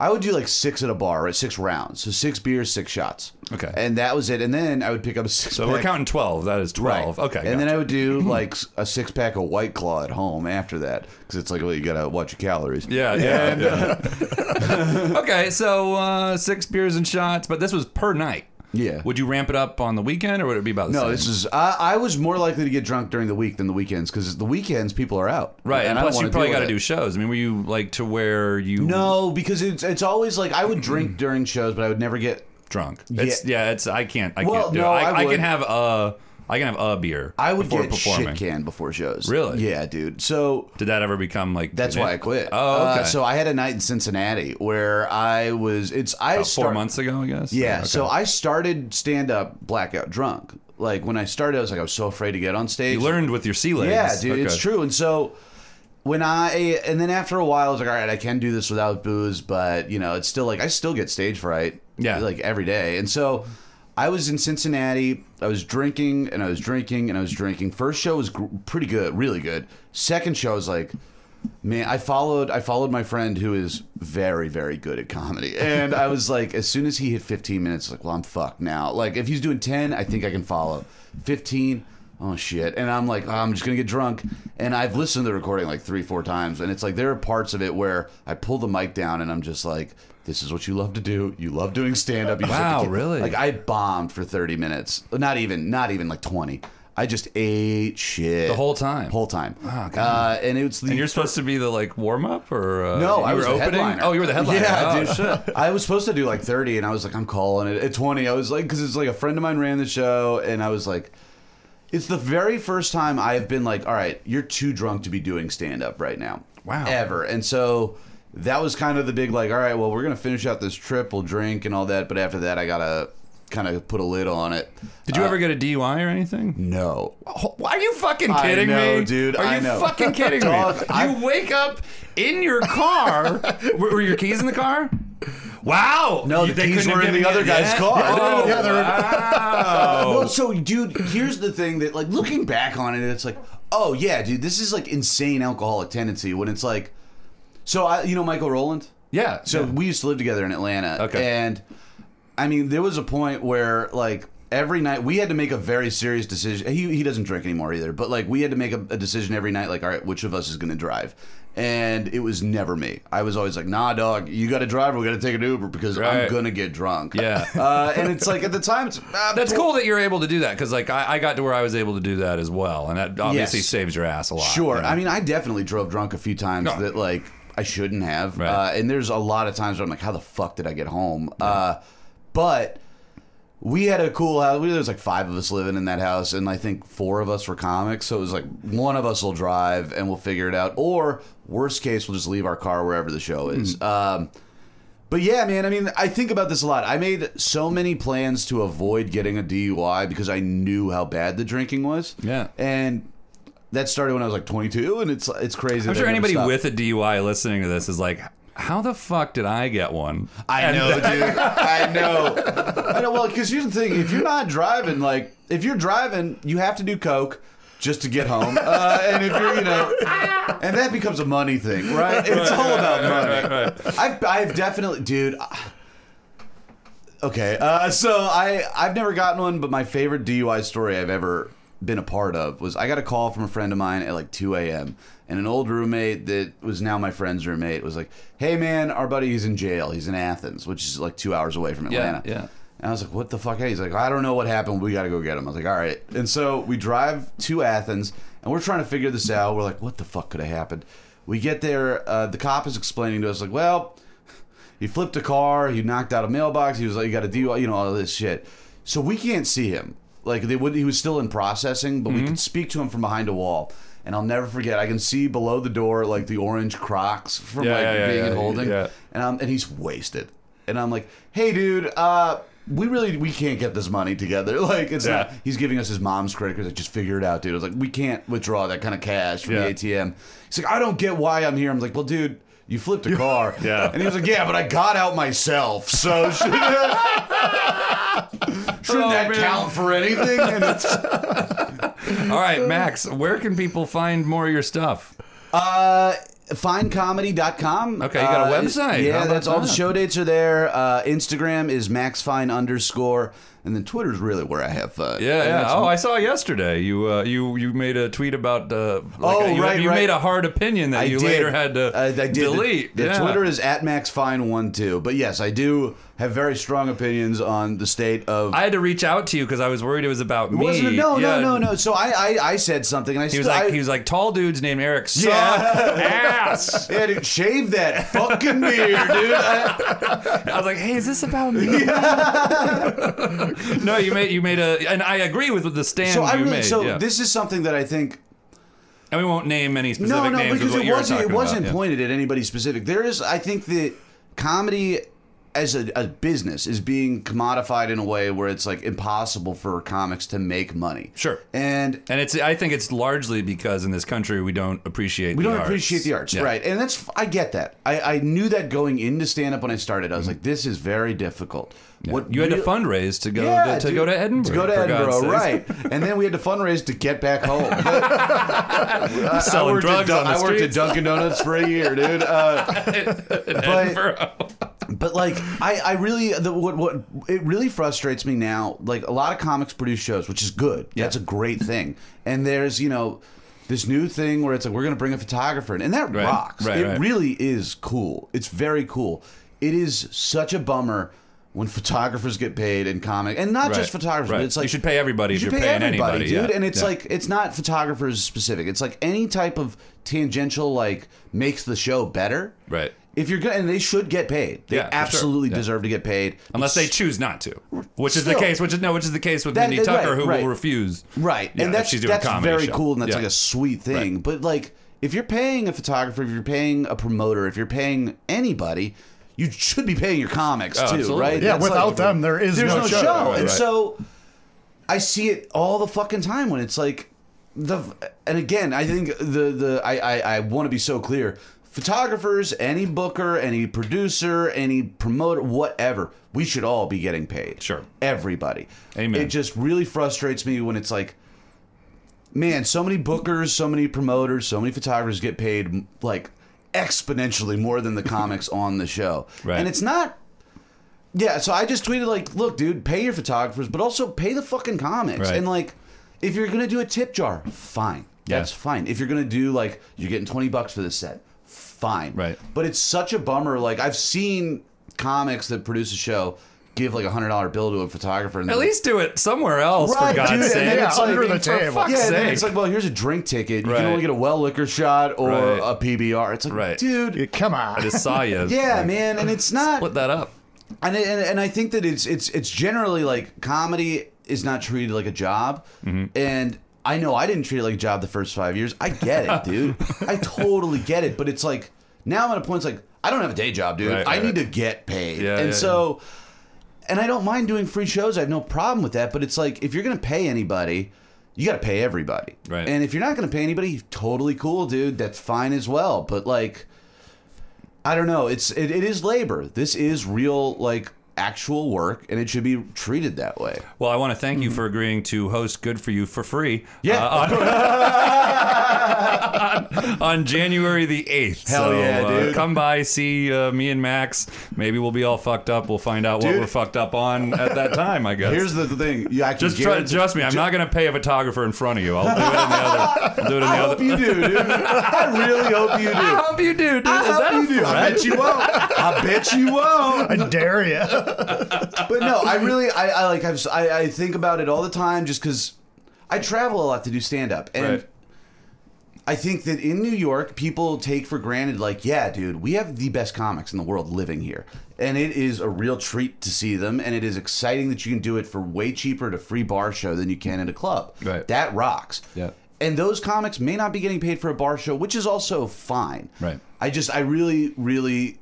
Speaker 3: I would do like six at a bar, right? Six rounds, so six beers, six shots.
Speaker 1: Okay.
Speaker 3: and that was it. And then I would pick up a six.
Speaker 1: So we're counting 12. That is 12. Okay.
Speaker 3: And then I would do like s- a six pack of White Claw at home after that because it's like, well, you gotta watch your calories.
Speaker 1: Yeah, yeah. yeah. okay, so uh, six beers and shots, but this was per night.
Speaker 3: Yeah.
Speaker 1: Would you ramp it up on the weekend, or would it be about the
Speaker 3: No,
Speaker 1: same?
Speaker 3: this is. I, I was more likely to get drunk during the week than the weekends because the weekends people are out.
Speaker 1: right. And,
Speaker 3: I don't
Speaker 1: plus, you
Speaker 3: wanna
Speaker 1: probably
Speaker 3: deal
Speaker 1: got to
Speaker 3: with
Speaker 1: do
Speaker 3: it.
Speaker 1: shows. I mean, were you like to where you
Speaker 3: No, because it's it's always like I would drink during shows, but I would never get.
Speaker 1: drunk? It's, yeah. It's I can't. I
Speaker 3: Well,
Speaker 1: can't do
Speaker 3: no,
Speaker 1: it.
Speaker 3: I
Speaker 1: I,
Speaker 3: would.
Speaker 1: can have a. I can have a beer.
Speaker 3: I would
Speaker 1: before
Speaker 3: get
Speaker 1: performing.
Speaker 3: shit canned before shows.
Speaker 1: Really?
Speaker 3: Yeah, dude. So
Speaker 1: Did that ever become like?
Speaker 3: That's
Speaker 1: an-
Speaker 3: why I quit.
Speaker 1: Oh, okay.
Speaker 3: Uh, so I had a night in Cincinnati where I was. It's I
Speaker 1: About four
Speaker 3: start-
Speaker 1: months ago, I guess.
Speaker 3: Yeah.
Speaker 1: Okay.
Speaker 3: So I started stand up blackout drunk. Like when I started, I was like, I was so afraid to get on stage.
Speaker 1: you learned with your sea legs.
Speaker 3: Yeah, dude, it's
Speaker 1: Okay.
Speaker 3: true. And so when I and then after a while, I was like, all right, I can do this without booze, but you know, it's still like I still get stage fright.
Speaker 1: Yeah.
Speaker 3: like every day. And so I was in Cincinnati. I was drinking and I was drinking and I was drinking. First show was gr- pretty good, really good. Second show was like. Man, I followed I followed my friend who is very very good at comedy, and I was like, as soon as he hit 15 minutes, like, well, I'm fucked now. Like, if he's doing 10, I think I can follow. 15, oh shit, and I'm like, oh, I'm just gonna get drunk. And I've listened to the recording like three four times, and it's like there are parts of it where I pull the mic down, and I'm just like, this is what you love to do. You love doing stand up.
Speaker 1: Wow, really?
Speaker 3: Like I bombed for 30 minutes. Not even not even like 20. I just ate shit
Speaker 1: The whole time? Oh,
Speaker 3: Whole time. uh, and it's the
Speaker 1: And you're supposed to be the like warm up or uh,
Speaker 3: no,
Speaker 1: you
Speaker 3: I was
Speaker 1: were
Speaker 3: the
Speaker 1: opening.
Speaker 3: headliner.
Speaker 1: Oh, you were the headliner.
Speaker 3: Yeah,
Speaker 1: Oh,
Speaker 3: dude. I was supposed to do like 30, and I was like, I'm calling it at 20. I was like, because it's like a friend of mine ran the show, and I was like, it's the very first time I have been like, all right, you're too drunk to be doing stand up right now.
Speaker 1: Wow.
Speaker 3: Ever. And so that was kind of the big like, all right, well, we're gonna finish out this trip, we'll drink and all that, but after that, I gotta kind of put a lid on it.
Speaker 1: Did you ever get a DUI or anything?
Speaker 3: No.
Speaker 1: Oh, Why are you fucking
Speaker 3: I
Speaker 1: kidding
Speaker 3: know,
Speaker 1: me,
Speaker 3: dude,
Speaker 1: Are
Speaker 3: I
Speaker 1: you
Speaker 3: know.
Speaker 1: fucking kidding me?
Speaker 3: Dog, I-
Speaker 1: you wake up in your car. were, were your keys in the car? Wow.
Speaker 3: No,
Speaker 1: You-
Speaker 3: the
Speaker 1: they
Speaker 3: keys
Speaker 1: couldn't
Speaker 3: were
Speaker 1: have
Speaker 3: in the
Speaker 1: given
Speaker 3: other
Speaker 1: you
Speaker 3: guy's
Speaker 1: that?
Speaker 3: car.
Speaker 1: Oh,
Speaker 2: Yeah, they were-
Speaker 1: wow.
Speaker 3: Well, so dude, here's the thing that like looking back on it, it's like, oh yeah, dude, this is like insane alcoholic tendency when it's like, so I, you know, Michael Rowland.
Speaker 1: yeah.
Speaker 3: So we used to live together in Atlanta.
Speaker 1: Okay.
Speaker 3: And I mean, there was a point where like every night we had to make a very serious decision. He he doesn't drink anymore either, but like we had to make a, a decision every night, like, all right, which of us is gonna drive? And it was never me. I was always like, nah, dog, you gotta drive or we gotta take an Uber because
Speaker 1: Right.
Speaker 3: I'm gonna get drunk.
Speaker 1: Yeah.
Speaker 3: Uh, and it's like at the time it's ah,
Speaker 1: That's cool that you're able to do that because, like, I, I got to where I was able to do that as well, and that obviously
Speaker 3: Yes.
Speaker 1: saves your ass a lot.
Speaker 3: Sure.
Speaker 1: you know?
Speaker 3: I mean, I definitely drove drunk a few times
Speaker 1: No.
Speaker 3: that like I shouldn't have.
Speaker 1: Right.
Speaker 3: Uh, and there's a lot of times where I'm like, how the fuck did I get home? Uh, but we had a cool house. We, there was like five of us living in that house, and I think four of us were comics. So it was like one of us will drive and we'll figure it out. Or worst case, we'll just leave our car wherever the show is.
Speaker 1: Hmm.
Speaker 3: Um, but yeah, man, I mean, I think about this a lot. I made so many plans to avoid getting a DUI because I knew how bad the drinking was.
Speaker 1: Yeah.
Speaker 3: And that started when I was like 22, and it's it's crazy.
Speaker 1: I'm
Speaker 3: that
Speaker 1: sure
Speaker 3: I never
Speaker 1: anybody
Speaker 3: stopped.
Speaker 1: with a DUI listening to this is like, how the fuck did I get one?
Speaker 3: I know, dude. I know. I know. Well, because here's the thing: if you're not driving, like if you're driving, you have to do coke just to get home, uh, and if you're, you know, and that becomes a money thing, right? It's all about money. I've, I've definitely, dude. I- Okay, uh, so I I've never gotten one, but my favorite DUI story I've ever been a part of was I got a call from a friend of mine at like 2 a.m. and an old roommate that was now my friend's roommate was like, "Hey man, our buddy he's in jail. He's in Athens, which is like two hours away from Atlanta."
Speaker 1: yeah.
Speaker 3: And I was like, "What the fuck?" He's like, "I don't know what happened. We got to go get him." I was like, "All right." And so we drive to Athens, and we're trying to figure this out. We're like, "What the fuck could have happened?" We get there. Uh, the cop is explaining to us like, "Well." He flipped a car. He knocked out a mailbox. He was like, "You got to do, you know, all this shit." So we can't see him. Like they would, he was still in processing, but we
Speaker 1: Mm-hmm.
Speaker 3: could speak to him from behind a wall. And I'll never forget. I can see below the door like the orange Crocs from
Speaker 1: Yeah,
Speaker 3: like
Speaker 1: yeah, yeah,
Speaker 3: being
Speaker 1: yeah,
Speaker 3: in holding.
Speaker 1: yeah.
Speaker 3: And um, and he's wasted. And I'm like, "Hey, dude, uh, we really we can't get this money together. Like it's
Speaker 1: Yeah.
Speaker 3: not. He's giving us his mom's credit cards. Like, just figure it out, dude. I was like, we can't withdraw that kind of cash from
Speaker 1: Yeah.
Speaker 3: the ATM. He's like, I don't get why I'm here. I'm like, well, dude." You flipped a car.
Speaker 1: Yeah.
Speaker 3: And he was like, "Yeah, but I got out myself, so shouldn't, shouldn't
Speaker 1: Oh,
Speaker 3: that
Speaker 1: man.
Speaker 3: count for anything?" And it's,
Speaker 1: All right, Max, where can people find more of your stuff?
Speaker 3: uh, findcomedy.com.
Speaker 1: Okay, you got a
Speaker 3: Uh,
Speaker 1: website. How
Speaker 3: yeah,
Speaker 1: about
Speaker 3: that's all the
Speaker 1: that?
Speaker 3: show dates are there. Uh, Instagram is maxfine underscore, and then Twitter's really where I have fun.
Speaker 1: Yeah, yeah.
Speaker 3: And that's-
Speaker 1: Oh, I saw yesterday. You, uh, you, you made a tweet about. Uh, like
Speaker 3: Oh,
Speaker 1: you,
Speaker 3: right,
Speaker 1: You
Speaker 3: right.
Speaker 1: made a hard opinion that
Speaker 3: I
Speaker 1: you
Speaker 3: did. Uh,
Speaker 1: later had to
Speaker 3: I, I did. The-
Speaker 1: delete.
Speaker 3: The,
Speaker 1: yeah.
Speaker 3: Twitter is at maxfine12. But yes, I do have very strong opinions on the state of.
Speaker 1: I had to reach out to you because I was worried it was about me.
Speaker 3: wasn't it? No,
Speaker 1: Yeah.
Speaker 3: no, no, no. So I, I, I said something, and I
Speaker 1: He was
Speaker 3: still-
Speaker 1: like,
Speaker 3: I-
Speaker 1: he was like, tall dudes named Eric suck
Speaker 3: Yeah.
Speaker 1: ass.
Speaker 3: Yeah, dude, shave that fucking beard, dude. I-
Speaker 1: I was like, "Hey, is this about me?" no, you made you made a, and I agree with the stand
Speaker 3: so
Speaker 1: you
Speaker 3: I really,
Speaker 1: made.
Speaker 3: so
Speaker 1: yeah.
Speaker 3: this is something that I think.
Speaker 1: and we won't name any specific
Speaker 3: No, no,
Speaker 1: names. is
Speaker 3: because
Speaker 1: what
Speaker 3: it
Speaker 1: you were
Speaker 3: wasn't. It
Speaker 1: talking
Speaker 3: wasn't
Speaker 1: about, yeah.
Speaker 3: pointed at anybody specific. There is, I think that comedy as a, a business is being commodified in a way where it's like impossible for comics to make money.
Speaker 1: Sure.
Speaker 3: And
Speaker 1: And it's I think it's largely because in this country we don't appreciate
Speaker 3: we don't appreciate the arts, right? And that's I get that. I, I knew that going into stand up when I started. I was like, this is very difficult. What
Speaker 1: Mm-hmm. You had to
Speaker 3: real-
Speaker 1: fundraise to go to, to
Speaker 3: dude.
Speaker 1: go to Edinburgh.
Speaker 3: To go to
Speaker 1: for
Speaker 3: Edinburgh,
Speaker 1: God's sakes.
Speaker 3: right? and then we had to fundraise to get back home. I, I
Speaker 1: Selling
Speaker 3: worked at
Speaker 1: drugs
Speaker 3: Dun-
Speaker 1: on the
Speaker 3: I worked at
Speaker 1: streets.
Speaker 3: Dunkin' Donuts for a year, dude. Uh, but,
Speaker 1: Edinburgh.
Speaker 3: but like, I, I really the, what what it really frustrates me now. Like a lot of comics produce shows, which is good. That's a great thing. And there's you know. This new thing where it's like we're gonna bring a photographer in, and that
Speaker 1: Right,
Speaker 3: rocks.
Speaker 1: right,
Speaker 3: it
Speaker 1: right.
Speaker 3: really is cool. It's very cool. It is such a bummer when photographers get paid and comic, and not just
Speaker 1: Right,
Speaker 3: photographers.
Speaker 1: right.
Speaker 3: But it's like
Speaker 1: You should pay everybody
Speaker 3: you
Speaker 1: if
Speaker 3: should
Speaker 1: you're
Speaker 3: pay
Speaker 1: paying
Speaker 3: everybody,
Speaker 1: anybody,
Speaker 3: dude.
Speaker 1: yeah,
Speaker 3: And it's
Speaker 1: yeah.
Speaker 3: like it's not photographers specific. It's like any type of tangential like makes the show better.
Speaker 1: Right.
Speaker 3: If you're good, and they should get paid. They
Speaker 1: Yeah, for sure.
Speaker 3: absolutely
Speaker 1: Yeah.
Speaker 3: deserve to get paid.
Speaker 1: Unless they choose not to, which is the
Speaker 3: Still.
Speaker 1: case. Which is no, which is the case with
Speaker 3: That-
Speaker 1: Mindy Tucker,
Speaker 3: right,
Speaker 1: who
Speaker 3: right.
Speaker 1: will refuse.
Speaker 3: Right,
Speaker 1: Yeah, if
Speaker 3: and that's
Speaker 1: she's doing a
Speaker 3: that's
Speaker 1: comedy
Speaker 3: very
Speaker 1: show.
Speaker 3: cool, and that's
Speaker 1: Yeah.
Speaker 3: like a sweet thing. But like, if you're paying a photographer, if you're paying a promoter, if you're paying anybody, you should be paying your comics too,
Speaker 1: Oh, absolutely.
Speaker 3: right?
Speaker 1: Yeah,
Speaker 3: That's
Speaker 2: without
Speaker 3: like-
Speaker 2: them, there is
Speaker 3: there's
Speaker 2: no
Speaker 3: no,
Speaker 2: show.
Speaker 3: show.
Speaker 2: Right,
Speaker 3: And
Speaker 1: right.
Speaker 3: so I see it all the fucking time when it's like the and again, I think the the I I, I want to be so clear. Photographers, any booker, any producer, any promoter, whatever, we should all be getting paid.
Speaker 1: Sure.
Speaker 3: Everybody.
Speaker 1: Amen.
Speaker 3: It just really frustrates me when it's like man, so many bookers, so many promoters, so many photographers get paid like exponentially more than the comics on the show.
Speaker 1: Right.
Speaker 3: And it's not yeah, so I just tweeted like, look, dude, pay your photographers, but also pay the fucking comics.
Speaker 1: Right.
Speaker 3: And like, if you're gonna do a tip jar, fine.
Speaker 1: Yeah.
Speaker 3: That's fine. If you're gonna do like you're getting twenty bucks for this set, fine.
Speaker 1: Right.
Speaker 3: But it's such a bummer. Like I've seen comics that produce a show give like a hundred dollar bill to a photographer and
Speaker 1: At
Speaker 3: they're like,
Speaker 1: least do it somewhere else, for
Speaker 3: Right,
Speaker 1: God's
Speaker 3: dude, and
Speaker 1: sake.
Speaker 3: then
Speaker 2: yeah,
Speaker 3: it's like-
Speaker 2: under the
Speaker 1: for
Speaker 2: table.
Speaker 1: fuck's
Speaker 3: yeah, and then
Speaker 1: sake.
Speaker 3: it's like, well, here's a drink ticket. You
Speaker 1: Right.
Speaker 3: can only get a well liquor shot or
Speaker 1: Right.
Speaker 3: a PBR. It's like,
Speaker 1: Right.
Speaker 3: dude,
Speaker 2: Yeah, come on.
Speaker 1: I saw you.
Speaker 3: yeah, man, and it's not.
Speaker 1: Split that up.
Speaker 3: and, and and I think that it's it's it's generally like comedy is not treated like a job,
Speaker 1: Mm-hmm.
Speaker 3: and I know I didn't treat it like a job the first five years. I get it, dude. I totally get it. But it's like now I'm at a point. It's like I don't have a day job, dude.
Speaker 1: Right,
Speaker 3: I
Speaker 1: right,
Speaker 3: need
Speaker 1: right.
Speaker 3: to get paid,
Speaker 1: Yeah,
Speaker 3: and
Speaker 1: yeah,
Speaker 3: so. And I don't mind doing free shows. I have no problem with that. But it's like if you're gonna pay anybody, you gotta pay everybody.
Speaker 1: Right.
Speaker 3: And if you're not gonna pay anybody, totally cool, dude. That's fine as well. But like. I don't know. It's it, it is labor. This is real like actual work, and it should be treated that way.
Speaker 1: Well, I want to thank you for agreeing to host Good for You for free. uh,
Speaker 3: Yeah.
Speaker 1: on, on, on January the eighth.
Speaker 3: Hell
Speaker 1: so,
Speaker 3: yeah,
Speaker 1: uh,
Speaker 3: dude.
Speaker 1: come by, see uh, me and Max. Maybe we'll be all fucked up. We'll find out what
Speaker 3: Dude.
Speaker 1: we're fucked up on at that time. I guess.
Speaker 3: Here's the thing. You actually
Speaker 1: just try,
Speaker 3: guarantee-
Speaker 1: trust me. I'm not going to pay a photographer in front of you. I'll do it in the other. I'll do it in the
Speaker 3: I
Speaker 1: other.
Speaker 3: hope you do, dude. I really hope you
Speaker 1: I
Speaker 3: do.
Speaker 1: hope you do, dude.
Speaker 3: I
Speaker 1: Is that
Speaker 3: hope
Speaker 1: a
Speaker 3: you do. I bet you won't. I bet you won't.
Speaker 2: I dare you.
Speaker 3: But no,
Speaker 1: Uh,
Speaker 3: I really, I, I like, I've, I, I think about it all the time, just because I travel a lot to do stand up, and
Speaker 1: Right.
Speaker 3: I think that in New York, people take for granted, like, yeah, dude, we have the best comics in the world living here. And it is a real treat to see them. And it is exciting that you can do it for way cheaper at a free bar show than you can at a club.
Speaker 1: Right.
Speaker 3: That rocks.
Speaker 1: Yeah.
Speaker 3: And those comics may not be getting paid for a bar show, which is also fine.
Speaker 1: Right.
Speaker 3: I just, I really, really,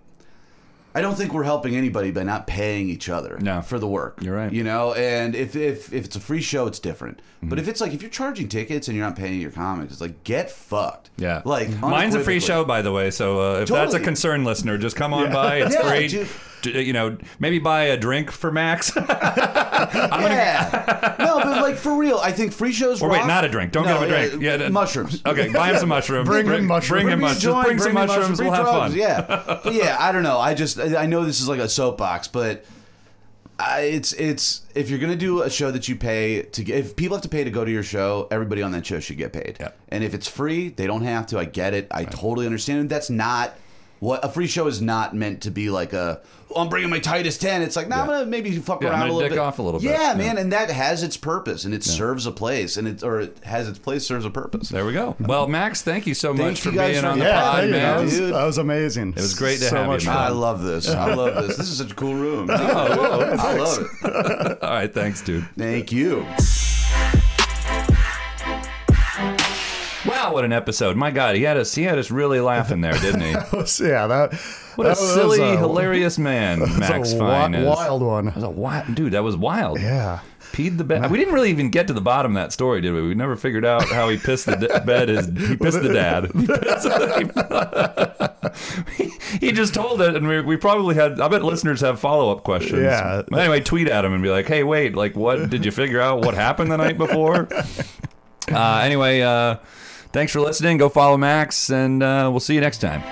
Speaker 3: I don't think we're helping anybody by not paying each other
Speaker 1: No.
Speaker 3: for the work.
Speaker 1: You're right.
Speaker 3: You know, and if if, if it's a free show, it's different.
Speaker 1: Mm-hmm.
Speaker 3: But if it's like if you're charging tickets and you're not paying your comics, it's like get fucked.
Speaker 1: Yeah. Mm-hmm.
Speaker 3: Like
Speaker 2: Mm-hmm.
Speaker 1: mine's a free
Speaker 3: unequivocally.
Speaker 1: show, by the way. So uh, if that's a
Speaker 3: Totally.
Speaker 1: concern, listener, just come on by. It's
Speaker 3: Yeah,
Speaker 1: free.
Speaker 3: dude.
Speaker 1: D- you know, maybe buy a drink for Max. or
Speaker 3: yeah. no, but like for real, I think free shows. Or
Speaker 1: wait, not a drink. Don't
Speaker 3: no,
Speaker 1: give him a drink.
Speaker 3: Yeah,
Speaker 1: Yeah, d-
Speaker 3: mushrooms.
Speaker 1: Okay, buy him some mushrooms.
Speaker 2: Bring him mushrooms.
Speaker 1: Bring him
Speaker 2: Bring
Speaker 1: mushrooms. Just bring, some
Speaker 3: me
Speaker 1: mushrooms. We'll have
Speaker 3: bring drugs,
Speaker 1: fun.
Speaker 3: Yeah, but yeah. I don't know. I just I I know this is like a soapbox, but I, it's it's if you're gonna do a show that you pay to get, if people have to pay to go to your show, everybody on that show should get paid.
Speaker 1: Yeah.
Speaker 3: And if it's free, they don't have to. I get it. I totally understand. That's not. What a free show is not meant to be like a oh, I'm bringing my Titus ten. It's like nah, I'm
Speaker 1: Yeah.
Speaker 3: gonna maybe fuck
Speaker 1: Yeah, I'm
Speaker 3: around
Speaker 1: gonna
Speaker 3: a little
Speaker 1: dick
Speaker 3: bit,
Speaker 1: off a little bit.
Speaker 3: Yeah,
Speaker 1: Yeah.
Speaker 3: man, and that has its purpose and it serves a place and it or it has its place serves a purpose.
Speaker 1: There we go. Well, Max, thank you so much
Speaker 3: you
Speaker 1: for
Speaker 3: guys
Speaker 1: being
Speaker 3: for-
Speaker 1: on the
Speaker 2: Yeah,
Speaker 1: pod,
Speaker 2: thank you.
Speaker 1: man.
Speaker 2: That, was,
Speaker 3: Dude.
Speaker 2: that was amazing. It
Speaker 1: was great to
Speaker 2: so
Speaker 1: have you,
Speaker 2: much
Speaker 1: man.
Speaker 2: fun.
Speaker 3: I love this. I love this. This is such a cool room. I love it.
Speaker 1: All right, thanks, dude.
Speaker 3: Thank you.
Speaker 1: Wow, what an episode! My God, he had us. He had us really laughing there, didn't he?
Speaker 2: yeah, that.
Speaker 1: What a
Speaker 2: that was
Speaker 1: silly,
Speaker 2: a-
Speaker 1: hilarious man, Max
Speaker 2: wi-
Speaker 1: Fine is.
Speaker 2: wild one.
Speaker 1: That was a wild dude. That was wild.
Speaker 2: Yeah.
Speaker 1: Peed the bed. We didn't really even get to the bottom of that story, did we? We never figured out how he pissed the d- bed. His he pissed the dad. He, pissed- he- he just told it, and we, we probably had. I bet listeners have follow up questions.
Speaker 2: Yeah.
Speaker 1: But Anyway, tweet at him and be like, "Hey, wait! Like, what did you figure out? What happened the night before?" Uh, anyway, uh, thanks for listening. Go follow Max, and uh, we'll see you next time.